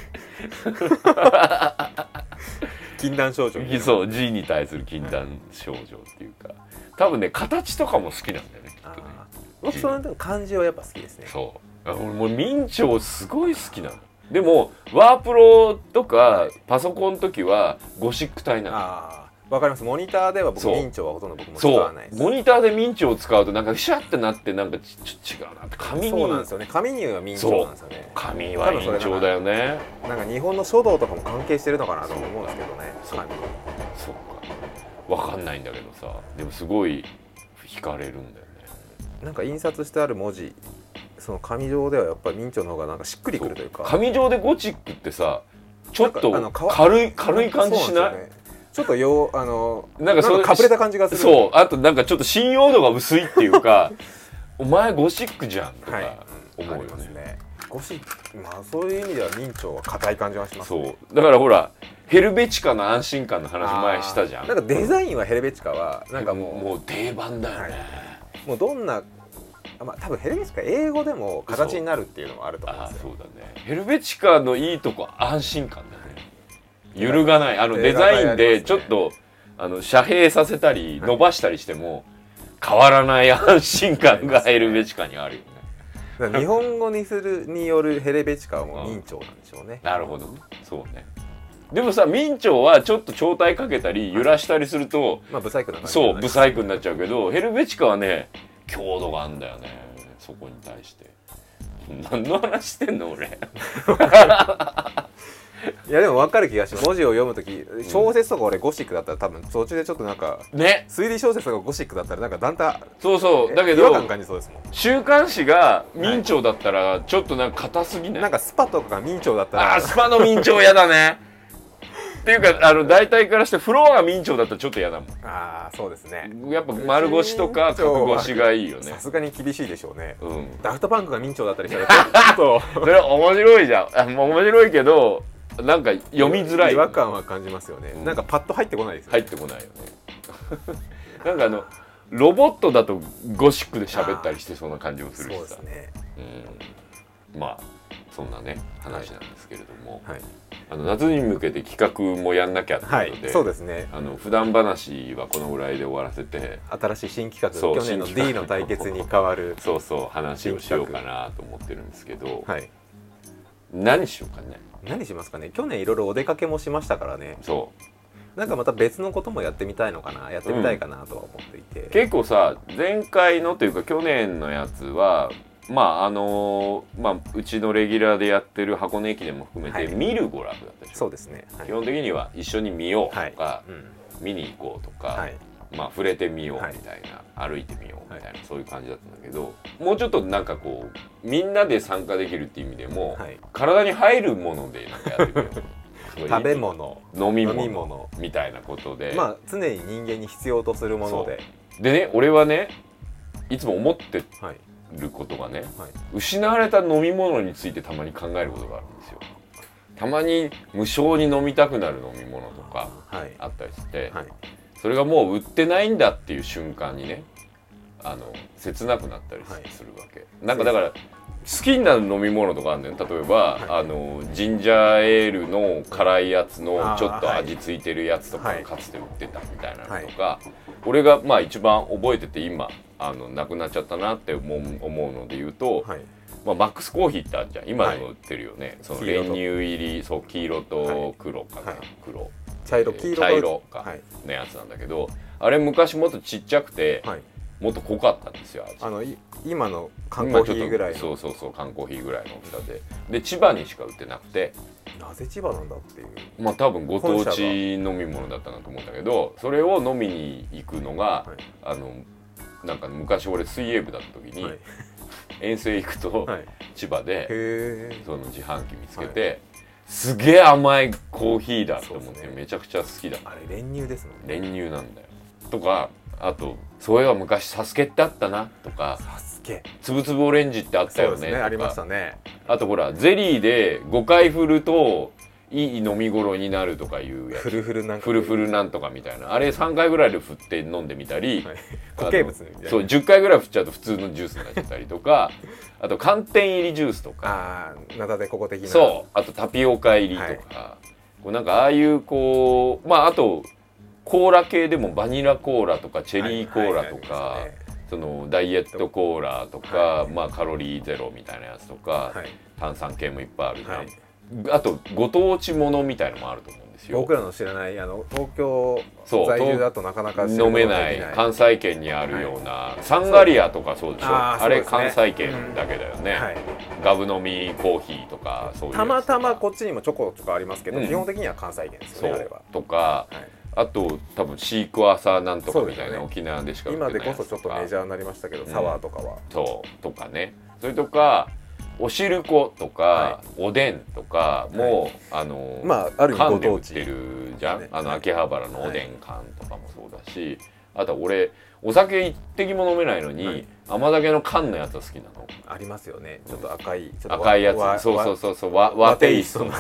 [SPEAKER 2] 禁断症状みたいな
[SPEAKER 1] そう字に対する禁断症状っていうか多分ね形とかも好きなんだよねきっとね
[SPEAKER 2] あー僕その漢字はやっぱ好きですね
[SPEAKER 1] そうあ俺もう明朝すごい好きなのでもワープロとかパソコンの時はゴシック体なの
[SPEAKER 2] ああ わかりますモニターでは僕
[SPEAKER 1] そう
[SPEAKER 2] 明朝はほとんど僕も使
[SPEAKER 1] そ
[SPEAKER 2] わ
[SPEAKER 1] う
[SPEAKER 2] ないです
[SPEAKER 1] モニターでミンチを使うとなんかシャってなってなんかちち違うなって紙に
[SPEAKER 2] そうなんですよね紙には明朝なんですよね
[SPEAKER 1] 紙は明朝だよね
[SPEAKER 2] なんか日本の書道とかも関係してるのかなとも思うんですけどね
[SPEAKER 1] そう
[SPEAKER 2] 紙
[SPEAKER 1] そっかわかんないんだけどさでもすごい惹かれるんだよね
[SPEAKER 2] なんか印刷してある文字その紙上ではやっぱり明朝の方がなんかしっくりくるというか
[SPEAKER 1] 紙上でゴチックってさちょっ
[SPEAKER 2] なんかあの
[SPEAKER 1] と
[SPEAKER 2] かわ
[SPEAKER 1] 軽い軽い感じしない
[SPEAKER 2] そうなんですよねちょっとようあの
[SPEAKER 1] な
[SPEAKER 2] なんん
[SPEAKER 1] か
[SPEAKER 2] か
[SPEAKER 1] それ
[SPEAKER 2] かぶれた感じがする
[SPEAKER 1] そうあとなんかちょっと信用度が薄いっていうか お前ゴシックじゃんと
[SPEAKER 2] はい
[SPEAKER 1] か思うよ
[SPEAKER 2] あります
[SPEAKER 1] ね,、
[SPEAKER 2] ねゴシックまあそういう意味では明朝は硬い感じがしますね
[SPEAKER 1] そうだからほらヘルベチカの安心感の話前したじゃん
[SPEAKER 2] なんかデザインはヘルベチカはなんかもうも
[SPEAKER 1] もう定番だよね、
[SPEAKER 2] うどんなあまあ多分ヘルベチカ英語でも形になるっていうのもあると思うん
[SPEAKER 1] ああ
[SPEAKER 2] です
[SPEAKER 1] そ
[SPEAKER 2] よ
[SPEAKER 1] うだねヘルベチカのいいとこ安心感だね揺るがないあのデザインでちょっとあの遮蔽させたり伸ばしたりしても変わらない安心感がヘルベチカにあるよね
[SPEAKER 2] だから日本語にするによるヘルベチカはもう明朝なんでしょうね
[SPEAKER 1] なるほどねそうねでもさ明朝はちょっと超体かけたり揺らしたりすると
[SPEAKER 2] まあブサイクな感じ
[SPEAKER 1] そうブ
[SPEAKER 2] イ
[SPEAKER 1] サイクになっちゃうけどヘルベチカはね強度があんだよねそこに対して何の話してんの俺
[SPEAKER 2] クいやでも分かる気がします文字を読む時小説とか俺ゴシックだったら多分途中でちょっとなんか
[SPEAKER 1] ね
[SPEAKER 2] 推理小説がゴシックだったらなんかだんだ
[SPEAKER 1] そうそうんだけ
[SPEAKER 2] 違
[SPEAKER 1] ど
[SPEAKER 2] 和感感じそうですもん
[SPEAKER 1] 週刊誌が明朝だったらちょっとなんか硬すぎない、
[SPEAKER 2] なんかスパとかが明朝だった
[SPEAKER 1] あー
[SPEAKER 2] ら
[SPEAKER 1] スパの明朝嫌だね っていうかあの大体からしてフロアが明朝だったらちょっと嫌だも
[SPEAKER 2] あーそうですね
[SPEAKER 1] んやっぱ丸腰とか角腰がいいよね
[SPEAKER 2] さすがに厳しいでしょうね
[SPEAKER 1] うん
[SPEAKER 2] ダフトパンクが明朝だった りしたらちょっと
[SPEAKER 1] それ面白いじゃんあもう面白いけどなんか読みづらい
[SPEAKER 2] 違和感は感じますよね、
[SPEAKER 1] うん
[SPEAKER 2] なんかパッと入ってこないですよね、
[SPEAKER 1] 入ってこないよね なんかあのロボットだとゴシックで喋ったりしてそうな感じもするし
[SPEAKER 2] そうで
[SPEAKER 1] さ
[SPEAKER 2] すね
[SPEAKER 1] うんまあそんなね話なんですけれども、
[SPEAKER 2] はい、
[SPEAKER 1] あの夏に向けて企画もやんなきゃって
[SPEAKER 2] は
[SPEAKER 1] いうので,、
[SPEAKER 2] い、そうですね
[SPEAKER 1] あの普段話はこのぐらいで終わらせて
[SPEAKER 2] 新しい新企画
[SPEAKER 1] そう
[SPEAKER 2] 去年の
[SPEAKER 1] 新企
[SPEAKER 2] D
[SPEAKER 1] 画
[SPEAKER 2] の対決に変わる
[SPEAKER 1] そうそう話をしようかなと思ってるんですけど、
[SPEAKER 2] はい
[SPEAKER 1] 何しようかね
[SPEAKER 2] 何しますかね去年いろいろお出かけもしましたからね
[SPEAKER 1] そ
[SPEAKER 2] なんかまた別のこともやってみたいのかなやってみたいかなとは思っていて、
[SPEAKER 1] う結構さ前回のというか去年のやつはまああのまあ、うちのレギュラーでやってる箱根駅伝も含めて、
[SPEAKER 2] はい
[SPEAKER 1] 見る娯楽だったでしょ
[SPEAKER 2] そうですねはい
[SPEAKER 1] 基、本的には一緒に見ようとか、
[SPEAKER 2] うん
[SPEAKER 1] 見に行こうとか、
[SPEAKER 2] はい、
[SPEAKER 1] まあ、触れてみよう
[SPEAKER 2] はい
[SPEAKER 1] みたいな、歩いてみようみたいな、そういう感じだったんだけどもうちょっとなんかこうみんなで参加できるっていう意味でも、
[SPEAKER 2] はい
[SPEAKER 1] 体に入るものでなんかやってみよ う
[SPEAKER 2] 食べ物
[SPEAKER 1] 飲み物
[SPEAKER 2] 飲み物
[SPEAKER 1] みたいなことで、
[SPEAKER 2] まあ常に人間に必要とするもので、
[SPEAKER 1] でね俺はねいつも思って
[SPEAKER 2] はい
[SPEAKER 1] ることがね
[SPEAKER 2] はい、
[SPEAKER 1] 失われた飲み物についてたまに考えることがあるんですよ。たまに無償に飲みたくなる飲み物とか
[SPEAKER 2] はい
[SPEAKER 1] あったりして、
[SPEAKER 2] はい、
[SPEAKER 1] それがもう売ってないんだっていう瞬間にねあの切なくなったりす
[SPEAKER 2] はい
[SPEAKER 1] するわけ、なんかだから好きになる飲み物とかあるんだよ例えば、あのジンジャーエールの辛いやつの
[SPEAKER 2] あー
[SPEAKER 1] ちょっと味付いてるやつとか
[SPEAKER 2] はい
[SPEAKER 1] かつて売ってたみたいなのとか、俺がまあ一番覚えてて今あのなくなっちゃったなって思う思うので言うと、
[SPEAKER 2] はい、
[SPEAKER 1] まあ、マックスコーヒーってあるじゃん今でも売ってるよね、その
[SPEAKER 2] 黄色
[SPEAKER 1] 練
[SPEAKER 2] と
[SPEAKER 1] 乳入りそう黄色と黒かな、
[SPEAKER 2] はいはい
[SPEAKER 1] 黒
[SPEAKER 2] 茶色黄色と
[SPEAKER 1] 茶色か
[SPEAKER 2] はい
[SPEAKER 1] のやつなんだけどあれ昔もっとちっちゃくて、
[SPEAKER 2] はい、
[SPEAKER 1] もっと濃かったんですよ味
[SPEAKER 2] あのい今の缶コーヒーぐらい
[SPEAKER 1] 今ちょ
[SPEAKER 2] の
[SPEAKER 1] っとそうそうそう缶コーヒーぐらいの大きさでで千葉にしか売ってなくて
[SPEAKER 2] なぜ千葉なんだっていう
[SPEAKER 1] まあ多分ご当地飲み物だったなと思うんだけどそれを飲みに行くのが、
[SPEAKER 2] はい
[SPEAKER 1] あのなんか昔俺水泳部だった時に、
[SPEAKER 2] はい
[SPEAKER 1] 遠征行くと
[SPEAKER 2] はいへ
[SPEAKER 1] 千葉で、
[SPEAKER 2] え
[SPEAKER 1] その自販機見つけて、すげえ甘いコーヒーだと思っ
[SPEAKER 2] そうで
[SPEAKER 1] て
[SPEAKER 2] すね
[SPEAKER 1] めちゃくちゃ好きだ
[SPEAKER 2] あれ練乳ですもんね
[SPEAKER 1] 練乳なんだよとかあとそういえば昔サスケってあったなとか
[SPEAKER 2] サスケ
[SPEAKER 1] つぶつぶオレンジってあった
[SPEAKER 2] そう
[SPEAKER 1] よ
[SPEAKER 2] で
[SPEAKER 1] ね
[SPEAKER 2] すね
[SPEAKER 1] とか
[SPEAKER 2] ありましたね
[SPEAKER 1] あとほらゼリーで5回振るといい飲み頃になるとかいうや
[SPEAKER 2] フ
[SPEAKER 1] つ
[SPEAKER 2] ルフルなんか
[SPEAKER 1] フルフルなんとかみたいなあれ3回ぐらいで振って飲んでみたり、
[SPEAKER 2] はい
[SPEAKER 1] あの
[SPEAKER 2] 固形物みたいな
[SPEAKER 1] そう10回ぐらい振っちゃうと普通のジュースになっちゃったりとかあと寒天入りジュースとか
[SPEAKER 2] ああなだでここ的な
[SPEAKER 1] そうあとタピオカ入りとか、こうなんかああいうこうまああとコーラ系でもバニラコーラとかチェリーコーラとか、
[SPEAKER 2] はいはい
[SPEAKER 1] そのダイエットコーラとか、まあ、カロリーゼロみたいなやつとか、
[SPEAKER 2] はい
[SPEAKER 1] 炭酸系もいっぱいあるじゃん、
[SPEAKER 2] はい
[SPEAKER 1] あとご当地ものみたいのもあると思うんですよ
[SPEAKER 2] 僕らの知らないあの東京
[SPEAKER 1] そう
[SPEAKER 2] 在住だとなかなか知る
[SPEAKER 1] 飲め
[SPEAKER 2] ことが
[SPEAKER 1] な
[SPEAKER 2] でき
[SPEAKER 1] い関西圏にあるような、サンガリアとかそうでしょ
[SPEAKER 2] あ
[SPEAKER 1] あ
[SPEAKER 2] ー
[SPEAKER 1] れ
[SPEAKER 2] そうで
[SPEAKER 1] 関
[SPEAKER 2] すね
[SPEAKER 1] 西圏だけだよね、
[SPEAKER 2] はい、
[SPEAKER 1] ガブ飲みコーヒーとかそういうやつ
[SPEAKER 2] たまたまこっちにもちょこちょこありますけど、
[SPEAKER 1] うん
[SPEAKER 2] 基本的には関西圏です
[SPEAKER 1] そ
[SPEAKER 2] よねあれ
[SPEAKER 1] う
[SPEAKER 2] は、
[SPEAKER 1] とか
[SPEAKER 2] はい、
[SPEAKER 1] あと多分シークワーサーなんとかみたい
[SPEAKER 2] そうです
[SPEAKER 1] な、
[SPEAKER 2] よね
[SPEAKER 1] 沖縄でしか売ってな
[SPEAKER 2] 今
[SPEAKER 1] い
[SPEAKER 2] でこ
[SPEAKER 1] や
[SPEAKER 2] そ
[SPEAKER 1] つ
[SPEAKER 2] ちょ
[SPEAKER 1] と
[SPEAKER 2] っと
[SPEAKER 1] か
[SPEAKER 2] メジャーになりましたけど、
[SPEAKER 1] うん
[SPEAKER 2] サワーとかは
[SPEAKER 1] そうとかねそれとかおしることか、
[SPEAKER 2] は
[SPEAKER 1] おでんとかも、あの
[SPEAKER 2] まあある意味
[SPEAKER 1] 缶
[SPEAKER 2] ご
[SPEAKER 1] で売
[SPEAKER 2] 当
[SPEAKER 1] っ
[SPEAKER 2] 地
[SPEAKER 1] てるじゃん、
[SPEAKER 2] ね
[SPEAKER 1] あの
[SPEAKER 2] はい
[SPEAKER 1] 秋葉原のおでん缶とかもそうだし、あとは俺お酒一滴も飲めないのに、
[SPEAKER 2] はい
[SPEAKER 1] 甘酒の缶のやつは好きなの
[SPEAKER 2] ありますよねちょっと赤いちょっと
[SPEAKER 1] 赤いや
[SPEAKER 2] わ
[SPEAKER 1] つそうそう
[SPEAKER 2] わ
[SPEAKER 1] そうそう和
[SPEAKER 2] 和
[SPEAKER 1] 和テイストの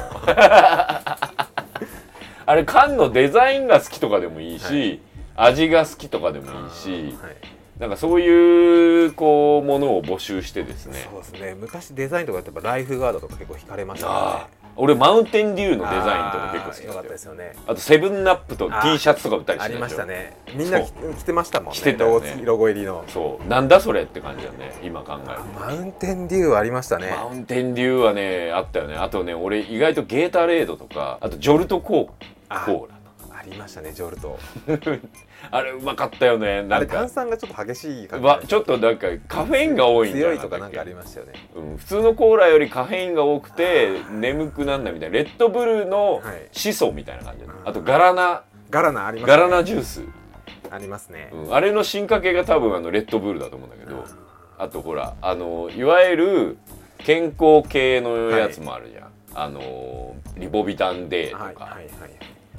[SPEAKER 1] あれ缶のデザインが好きとかでもいいし、味が好きとかでもいいし
[SPEAKER 2] はい
[SPEAKER 1] なんかそういうこうものを募集してですね
[SPEAKER 2] そうですね昔デザインとかやっぱライフガードとか結構惹かれました
[SPEAKER 1] あ
[SPEAKER 2] か
[SPEAKER 1] あ俺マウンテンデューのデ
[SPEAKER 2] ら
[SPEAKER 1] ザ
[SPEAKER 2] ね
[SPEAKER 1] インとか結構好き
[SPEAKER 2] あーよか
[SPEAKER 1] だったた
[SPEAKER 2] っで
[SPEAKER 1] よ
[SPEAKER 2] すよね
[SPEAKER 1] あとセブンナップと
[SPEAKER 2] あー
[SPEAKER 1] T シャツとか売ったり
[SPEAKER 2] あ
[SPEAKER 1] して
[SPEAKER 2] り
[SPEAKER 1] た
[SPEAKER 2] ま
[SPEAKER 1] でし
[SPEAKER 2] し
[SPEAKER 1] ょ
[SPEAKER 2] たねみんな着着てましたもんね
[SPEAKER 1] 着てたよね
[SPEAKER 2] ロゴロゴ入りの
[SPEAKER 1] そうなんだそれって感じだね今考えると
[SPEAKER 2] マウンテンデューありましたね
[SPEAKER 1] マウンテンデューはねあったよねあとね俺意外とゲータレードとかあとジョルトコー
[SPEAKER 2] あ
[SPEAKER 1] コーラ
[SPEAKER 2] ありましたねジョルト
[SPEAKER 1] あれうまかったよね
[SPEAKER 2] あ
[SPEAKER 1] な
[SPEAKER 2] れ
[SPEAKER 1] んか
[SPEAKER 2] 炭酸がちょっと激しい感
[SPEAKER 1] わ
[SPEAKER 2] じ
[SPEAKER 1] ちょっとなんかカフェインが多いんじゃ
[SPEAKER 2] 強いとかなん
[SPEAKER 1] だ
[SPEAKER 2] かあ
[SPEAKER 1] っけ
[SPEAKER 2] りましたよね
[SPEAKER 1] うん、普通のコーラよりカフェインが多くて眠くなんだみたいなレッドブルの
[SPEAKER 2] はい
[SPEAKER 1] シソみたいな感じだね、
[SPEAKER 2] うん
[SPEAKER 1] あとガラナ
[SPEAKER 2] ガラナあります
[SPEAKER 1] ガラナジュース、
[SPEAKER 2] ありますね
[SPEAKER 1] うんあれの進化系が多分あのレッドブルだと思うんだけど、あとほらあのいわゆる健康系のやつもあるじゃん、あのリボビタン D とか、
[SPEAKER 2] はいはいはい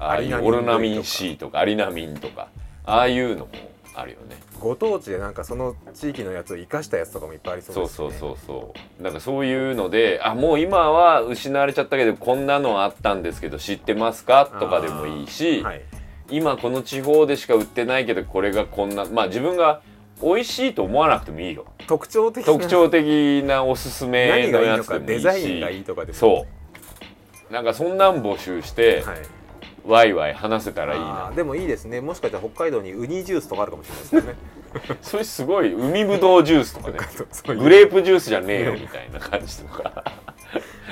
[SPEAKER 1] ああい
[SPEAKER 2] ア
[SPEAKER 1] う
[SPEAKER 2] リナミン
[SPEAKER 1] オロナミン C とかアリナミンとかああいうのもあるよね
[SPEAKER 2] ご当地でなんかその地域のやつを生かしたやつとかもいっぱいありそう
[SPEAKER 1] そう
[SPEAKER 2] です
[SPEAKER 1] そ
[SPEAKER 2] よ
[SPEAKER 1] う
[SPEAKER 2] ね
[SPEAKER 1] そうそうなんかそういうのであもう今は失われちゃったけどこんなのあったんですけど知ってますかとかでもいいし、
[SPEAKER 2] はい
[SPEAKER 1] 今この地方でしか売ってないけどこれがこんなまあ自分が美味しいと思わなくてもいいよ
[SPEAKER 2] 特徴的な
[SPEAKER 1] 特徴的なおすすめ
[SPEAKER 2] 何が
[SPEAKER 1] の
[SPEAKER 2] いい
[SPEAKER 1] や
[SPEAKER 2] の
[SPEAKER 1] つで
[SPEAKER 2] か
[SPEAKER 1] もい
[SPEAKER 2] デ
[SPEAKER 1] い
[SPEAKER 2] ザインがい
[SPEAKER 1] し
[SPEAKER 2] いとかでも
[SPEAKER 1] そうなんかそんなん募集して、
[SPEAKER 2] はい
[SPEAKER 1] ワイワイ話せたらいい
[SPEAKER 2] あ
[SPEAKER 1] な
[SPEAKER 2] ーでもいいですねもしかしたら北海道にウニジュースとかあるかもしれないですよね
[SPEAKER 1] それすごい海ぶどうジュースとかね
[SPEAKER 2] そういう
[SPEAKER 1] グレープジュースじゃねえよみたいな感じと か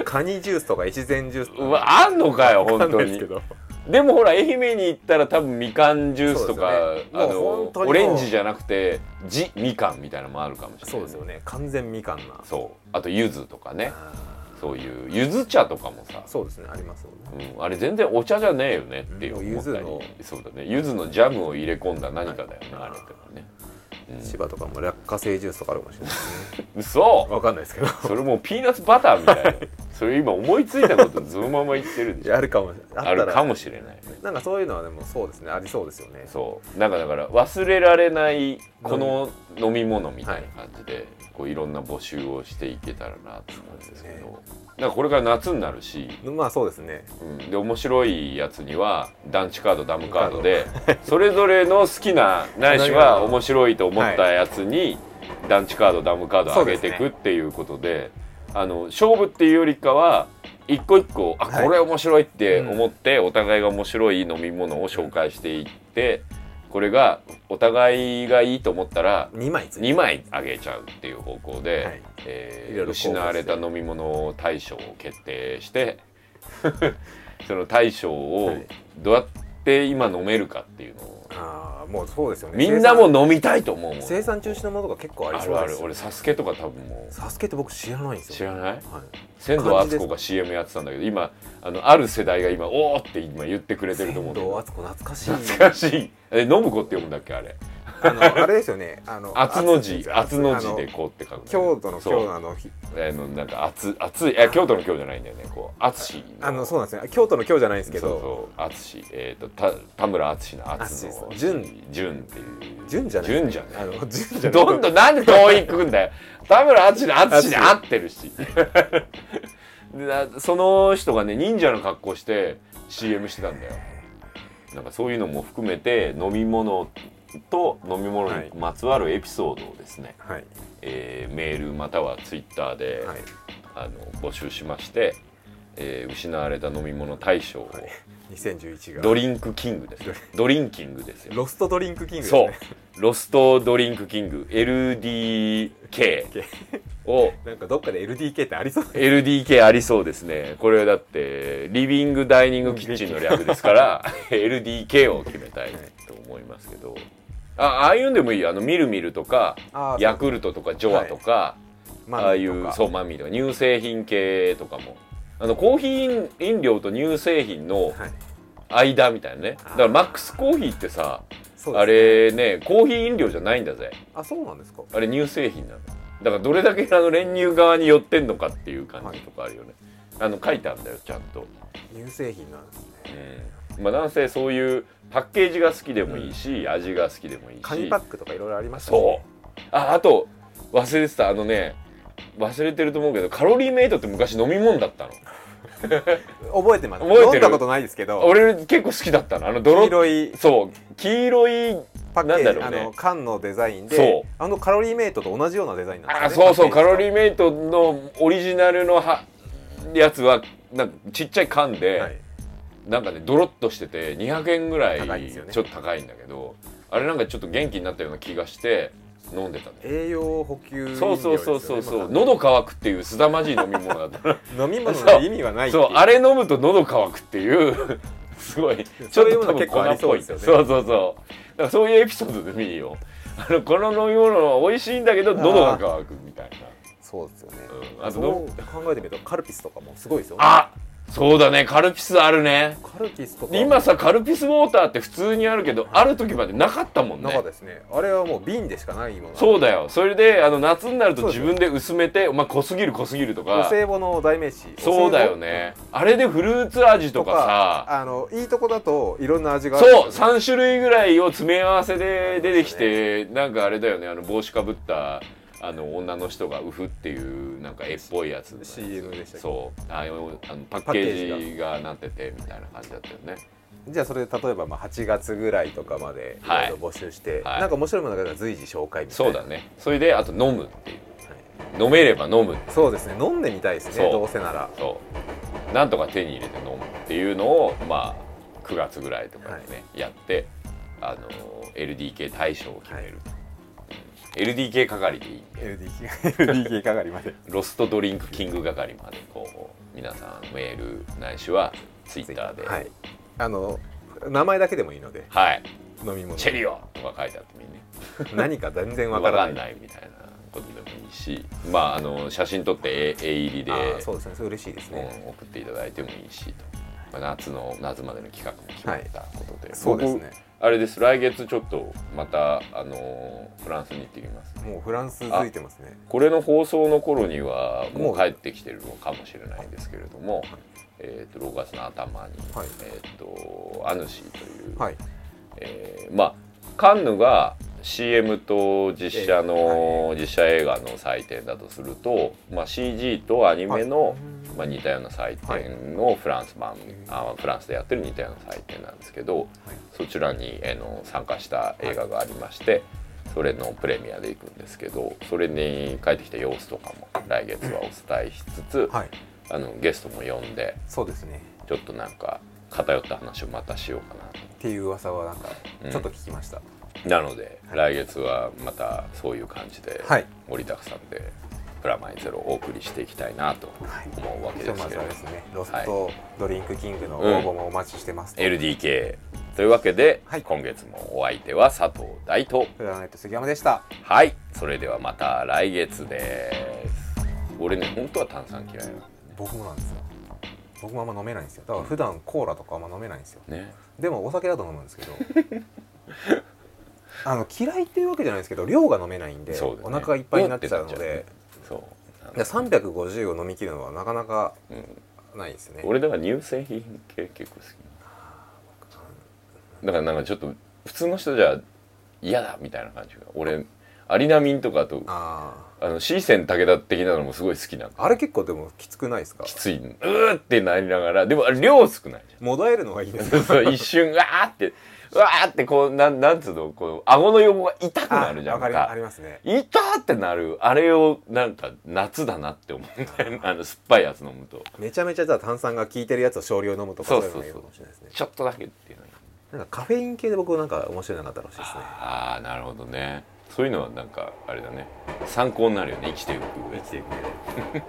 [SPEAKER 2] カニジュースとか越前ジュースとか
[SPEAKER 1] うわあんのかよ本当に
[SPEAKER 2] わかんないですけど
[SPEAKER 1] でもほら愛媛に行ったら多分みかんジュースとか、
[SPEAKER 2] そうですよね
[SPEAKER 1] あ
[SPEAKER 2] もう
[SPEAKER 1] の
[SPEAKER 2] 本当にも
[SPEAKER 1] オ
[SPEAKER 2] う
[SPEAKER 1] レンジじゃなくて地みかんみたいなのもあるかもしれない
[SPEAKER 2] そうですよね完全みかんな
[SPEAKER 1] そうあと柚子とかね
[SPEAKER 2] あ
[SPEAKER 1] そういう柚子茶とかもさ
[SPEAKER 2] ー、そうですねありますよね
[SPEAKER 1] うん、あれ全然お茶じゃねえよねって
[SPEAKER 2] うん
[SPEAKER 1] 思ったり
[SPEAKER 2] 柚子の
[SPEAKER 1] そうだね柚子のジャムを入れ込んだ何かだよね、あれってのはね、
[SPEAKER 2] 千葉とかも落花生ジュースとかあるかもしれないですね
[SPEAKER 1] うん、 嘘
[SPEAKER 2] わかんないですけど
[SPEAKER 1] それもうピーナッツバターみたいなそれ今思いついたことそのまま言ってるでしょ
[SPEAKER 2] やるかもしれない
[SPEAKER 1] あるかも
[SPEAKER 2] し
[SPEAKER 1] しれないね
[SPEAKER 2] なんかそういうのはでもそうですねありそうですよね
[SPEAKER 1] そうなんかだから忘れられないこの飲み物みたいな感じで、い、こういろんな募集をしていけたらなと思うんですけど
[SPEAKER 2] そ
[SPEAKER 1] なんかこれから夏になるし、
[SPEAKER 2] まあそうですね
[SPEAKER 1] うん、で面白いやつには団地カードダムカードでそれぞれの好きなないしは面白いと思ったやつに団地カードダムカード上げていくっていうことであの勝負っていうよりかは一個一個あ
[SPEAKER 2] はい
[SPEAKER 1] これ面白いって
[SPEAKER 2] うん
[SPEAKER 1] 思ってお互いが面白い飲み物を紹介していってこれがお互いがいいと思ったら
[SPEAKER 2] 2枚ついて
[SPEAKER 1] 2枚あげちゃうっていう方向で、
[SPEAKER 2] はい
[SPEAKER 1] えー
[SPEAKER 2] いろいろ交
[SPEAKER 1] 失
[SPEAKER 2] 換
[SPEAKER 1] われた飲み物大賞を決定して その大賞
[SPEAKER 2] は
[SPEAKER 1] を
[SPEAKER 2] い
[SPEAKER 1] どうやって今飲めるかっていうのを、
[SPEAKER 2] ああもうそうですよね
[SPEAKER 1] みんなも飲みたいと思うもん
[SPEAKER 2] 生産中止のものとか結構あり
[SPEAKER 1] あ
[SPEAKER 2] そう
[SPEAKER 1] るあ
[SPEAKER 2] です
[SPEAKER 1] る
[SPEAKER 2] よ
[SPEAKER 1] 俺サスケとか多分もう
[SPEAKER 2] サスケって僕知らないんですよ
[SPEAKER 1] 知ら
[SPEAKER 2] ない、
[SPEAKER 1] ない
[SPEAKER 2] はい、
[SPEAKER 1] 仙道敦子が CM やってたんだけど今あのある世代が今「おお!」って今言ってくれてると思うんだけ
[SPEAKER 2] 道
[SPEAKER 1] ど
[SPEAKER 2] 敦子懐かしい
[SPEAKER 1] 懐かしいえ信子って読むんだっけあれ
[SPEAKER 2] あの あれですよねあの
[SPEAKER 1] 厚の字
[SPEAKER 2] 厚
[SPEAKER 1] 厚の字
[SPEAKER 2] あ
[SPEAKER 1] でこうって書くんだよね
[SPEAKER 2] 京都の
[SPEAKER 1] そ
[SPEAKER 2] 京
[SPEAKER 1] う
[SPEAKER 2] 都のあのひ
[SPEAKER 1] あのなんか熱熱いいや京都の京じゃないんだよねこう熱
[SPEAKER 2] あのそうなんですね京都の京じゃないんですけ
[SPEAKER 1] そう
[SPEAKER 2] ど
[SPEAKER 1] そう熱えっ、とた田村厚の厚
[SPEAKER 2] 敦
[SPEAKER 1] の
[SPEAKER 2] です淳
[SPEAKER 1] 純っていう
[SPEAKER 2] 純じゃない
[SPEAKER 1] 純じゃ
[SPEAKER 2] あ
[SPEAKER 1] な
[SPEAKER 2] の
[SPEAKER 1] い
[SPEAKER 2] 純じゃない
[SPEAKER 1] どんどんなんで遠いくんだよ田村厚の厚に合ってるしでなその人がね忍者の格好して CM してたんだよなんかそういうのも含めて飲み物と飲み物にまつわるエピソードをですね、
[SPEAKER 2] はい
[SPEAKER 1] えーメールまたはツイッターで、
[SPEAKER 2] はい
[SPEAKER 1] あの募集しまして、えー失われた飲み物大賞を
[SPEAKER 2] 2011が
[SPEAKER 1] ドリンクキングですよドリンキングですよ
[SPEAKER 2] ロストドリンクキングです
[SPEAKER 1] そう
[SPEAKER 2] ね。
[SPEAKER 1] ロストドリンクキング LDK を
[SPEAKER 2] なんかどっかで LDK ってありそう
[SPEAKER 1] LDK ありそうですねこれだってリビングダイニングキッチンの略ですから LDK を決めたいと思いますけどあああいうのでもいいよあのみるみるとか
[SPEAKER 2] あー
[SPEAKER 1] ヤクルトとかジョアとか、
[SPEAKER 2] マミ
[SPEAKER 1] ああい
[SPEAKER 2] と
[SPEAKER 1] う
[SPEAKER 2] か
[SPEAKER 1] そうマミーとか乳製品系とかもあのコーヒー飲料と乳製品の
[SPEAKER 2] はい
[SPEAKER 1] 間みたいなね
[SPEAKER 2] あー
[SPEAKER 1] だからマックスコーヒーってさ
[SPEAKER 2] そうです
[SPEAKER 1] あれねコーヒー飲料じゃないんだぜ
[SPEAKER 2] あそうなんですか
[SPEAKER 1] あれ乳製品なのだからどれだけあの練乳側に寄ってんのかっていう感じとかあるよね、あの書いてあるんだよちゃんと、
[SPEAKER 2] 乳製品なんですね
[SPEAKER 1] うんまあ男性そういうパッケージが好きでもいいし、味が好きでもいいし
[SPEAKER 2] 紙パックとかいろいろありましたね
[SPEAKER 1] そうああと忘れてたあのね忘れてると思うけどカロリーメイトって昔飲み物だったの
[SPEAKER 2] 覚えてます
[SPEAKER 1] 覚えてる
[SPEAKER 2] 飲んだことないですけど
[SPEAKER 1] 俺結構好きだったのあの泥
[SPEAKER 2] 黄色い
[SPEAKER 1] そう黄色い
[SPEAKER 2] パッケージ、
[SPEAKER 1] なんだろ
[SPEAKER 2] あ
[SPEAKER 1] うね
[SPEAKER 2] の缶のデザイン
[SPEAKER 1] そう
[SPEAKER 2] であのカロリーメイトと同じようなデザインなん
[SPEAKER 1] あ
[SPEAKER 2] ですよ
[SPEAKER 1] そうそうカロリ
[SPEAKER 2] ー
[SPEAKER 1] ーメイトのオリジナルのはやつはなんかちっちゃい缶で、
[SPEAKER 2] はい、
[SPEAKER 1] なんかねドロッとしてて200円ぐらい
[SPEAKER 2] 高いんですよね
[SPEAKER 1] ちょっと高いんだけど、あれなんかちょっと元気になったような気がして飲んでたね
[SPEAKER 2] 栄養補給飲料ですよ
[SPEAKER 1] そう
[SPEAKER 2] ね
[SPEAKER 1] そうそうそうそう
[SPEAKER 2] まさに
[SPEAKER 1] 喉乾くっていうすだまじい飲み物だ った
[SPEAKER 2] 飲み物の意味はないってい
[SPEAKER 1] そうあれ飲むと喉乾くっていう すごいちょっと多分粉っぽい
[SPEAKER 2] そういうの結構ありそうですよね
[SPEAKER 1] そうそうそうだからそういうエピソードでもいいよあのこの飲み物は美味しいんだけど喉が乾くみたいな
[SPEAKER 2] そうですよね、
[SPEAKER 1] うんあと
[SPEAKER 2] そう考えてみるとカルピスとかもすごいですよね
[SPEAKER 1] あそうだねカルピスあるね
[SPEAKER 2] カルピスとか
[SPEAKER 1] で今さカルピスウォーターって普通にあるけどある時までなかったもん
[SPEAKER 2] 中
[SPEAKER 1] ね
[SPEAKER 2] ですねあれはもう瓶でしかないものなんで
[SPEAKER 1] そうだよそれであの夏になると
[SPEAKER 2] そう
[SPEAKER 1] 自
[SPEAKER 2] そう
[SPEAKER 1] 分で薄めてお前濃すぎる濃すぎると
[SPEAKER 2] お
[SPEAKER 1] か
[SPEAKER 2] 歳暮の代名詞
[SPEAKER 1] そうだよねあれでフルーツ味
[SPEAKER 2] お歳暮
[SPEAKER 1] とか
[SPEAKER 2] あのいいとこだといろんな味が
[SPEAKER 1] さ
[SPEAKER 2] あるん
[SPEAKER 1] そう
[SPEAKER 2] ですよね
[SPEAKER 1] 3種類ぐらいを詰め合わせで出てきてなんかあれだよねあの帽子かぶったあの女の人がウフっていうなんか絵っぽいやつ
[SPEAKER 2] CM でしたっけ
[SPEAKER 1] そうあのあのパッ
[SPEAKER 2] ッケ
[SPEAKER 1] ケ
[SPEAKER 2] ー
[SPEAKER 1] ージがなっててみたいな感じだったよね
[SPEAKER 2] じゃあそれで例えばまあ8月ぐらいとかまでい
[SPEAKER 1] はい
[SPEAKER 2] ろいろ募集して、
[SPEAKER 1] はい
[SPEAKER 2] なんか面白いものが随時紹介みたい
[SPEAKER 1] そ
[SPEAKER 2] な
[SPEAKER 1] うだねそれであと飲むっていう飲めれば飲む
[SPEAKER 2] そうですね飲んでみたいです
[SPEAKER 1] そ
[SPEAKER 2] ね
[SPEAKER 1] う
[SPEAKER 2] どうせなら
[SPEAKER 1] そうなんとか手に入れて飲むっていうのをまあ9月ぐらいとかにね、やってあの LDK 大賞を決める、うん LDK 係でいいんで
[SPEAKER 2] LDK, LDK かかりまで
[SPEAKER 1] ロストドリンクキング係までこう皆さんメールないしはツイッターで「は、
[SPEAKER 2] はいいあの名前だけでもいいので飲み物
[SPEAKER 1] チェリオ!」とか書いてあってみんな
[SPEAKER 2] 何か全然わ
[SPEAKER 1] 分
[SPEAKER 2] か
[SPEAKER 1] からら
[SPEAKER 2] ない
[SPEAKER 1] ないみたいなことでもいいしまああの写真撮って絵絵入りで
[SPEAKER 2] あーそうですねそれ嬉しいですね、
[SPEAKER 1] うん送っていただいてもいいしと、まあ夏の夏までの企画も決まったことで、
[SPEAKER 2] そうですね
[SPEAKER 1] 僕あれです来月ちょっとまたあのーフランスに行ってきます
[SPEAKER 2] もうフランス付いてますね
[SPEAKER 1] これの放送の頃にはも
[SPEAKER 2] も
[SPEAKER 1] う
[SPEAKER 2] う
[SPEAKER 1] 帰ってきてるのかもしれないんですけれども、えー、と6月の頭に、
[SPEAKER 2] はい
[SPEAKER 1] えー、とアヌシーという、
[SPEAKER 2] はい
[SPEAKER 1] えーまあカンヌが CM と実写の、実写映画の祭典だとすると、まあ、CG とアニメの、まあ、似たような祭典をフランス版、あフランスでやってる似たような祭典なんですけど、そちらに、えーの参加した映画がありまして、それのプレミアで行くんですけどそれに帰ってきた様子とかも来月はお伝えしつつ、
[SPEAKER 2] はい
[SPEAKER 1] あのゲストも呼んで
[SPEAKER 2] そうですね
[SPEAKER 1] ちょっとなんか偏った話をまたしようかなと。
[SPEAKER 2] っていう噂はなんか
[SPEAKER 1] うん
[SPEAKER 2] ちょっと聞きました、
[SPEAKER 1] なので、来月はまたそういう感じで、
[SPEAKER 2] はい
[SPEAKER 1] 盛りだくさんで「プラマイゼロ」をお送りしていきたいなと
[SPEAKER 2] はい
[SPEAKER 1] 思うわけ
[SPEAKER 2] ひと
[SPEAKER 1] です
[SPEAKER 2] ま
[SPEAKER 1] け
[SPEAKER 2] ず
[SPEAKER 1] れ
[SPEAKER 2] は
[SPEAKER 1] ど、
[SPEAKER 2] ですねロストドリンクキングの応募もお待ちしてますと、
[SPEAKER 1] LDK というわけで、
[SPEAKER 2] はい
[SPEAKER 1] 今月もお相手は佐藤大と
[SPEAKER 2] プラネット杉山でした
[SPEAKER 1] はいそれではまた来月です俺ね本当は炭酸嫌いなんだよ
[SPEAKER 2] 僕もなんですよ僕もあんま飲めないんですよだから普段コーラとかあんま飲めないんですよ
[SPEAKER 1] ねね
[SPEAKER 2] でもお酒だと飲むんですけど あの嫌いっていうわけじゃないですけど量が飲めないんで、
[SPEAKER 1] そうだね
[SPEAKER 2] お腹がいっぱいになっちゃうの
[SPEAKER 1] うって
[SPEAKER 2] で
[SPEAKER 1] そうなん
[SPEAKER 2] で
[SPEAKER 1] だ
[SPEAKER 2] 350を飲み切るのはなかなか
[SPEAKER 1] うん
[SPEAKER 2] ないですね
[SPEAKER 1] 俺だから乳製品系結構好きだからなんかちょっと普通の人じゃ嫌だみたいな感じが俺アリナミンとかあと
[SPEAKER 2] あ
[SPEAKER 1] あの C 線武田的なのもすごい好きなの
[SPEAKER 2] ああれ結構でもきつくないですか
[SPEAKER 1] きついうーってなりながらでもあれ量少ないじゃん
[SPEAKER 2] もだえるのがい いです
[SPEAKER 1] そうそう一瞬うわーってうわーってこうなんなんつうのこう顎の横が痛くなるじゃん
[SPEAKER 2] わかりあ
[SPEAKER 1] か
[SPEAKER 2] りますね
[SPEAKER 1] 痛ってなるあれをなんか夏だなって思うん だよねあの酸っぱいやつ飲むと
[SPEAKER 2] めちゃめちゃじゃあ炭酸が効いてるやつを少量飲むとか
[SPEAKER 1] そ
[SPEAKER 2] そうう
[SPEAKER 1] そ
[SPEAKER 2] いうう
[SPEAKER 1] そう
[SPEAKER 2] のがいいかもしれないですね
[SPEAKER 1] ちょっとだけっていうの
[SPEAKER 2] なんかカフェイン系で僕なんか面白いのがあったらしいですね
[SPEAKER 1] ああなるほどねそういうのはなんかあれだね参考になるよね生きていく上で
[SPEAKER 2] 生きていく上で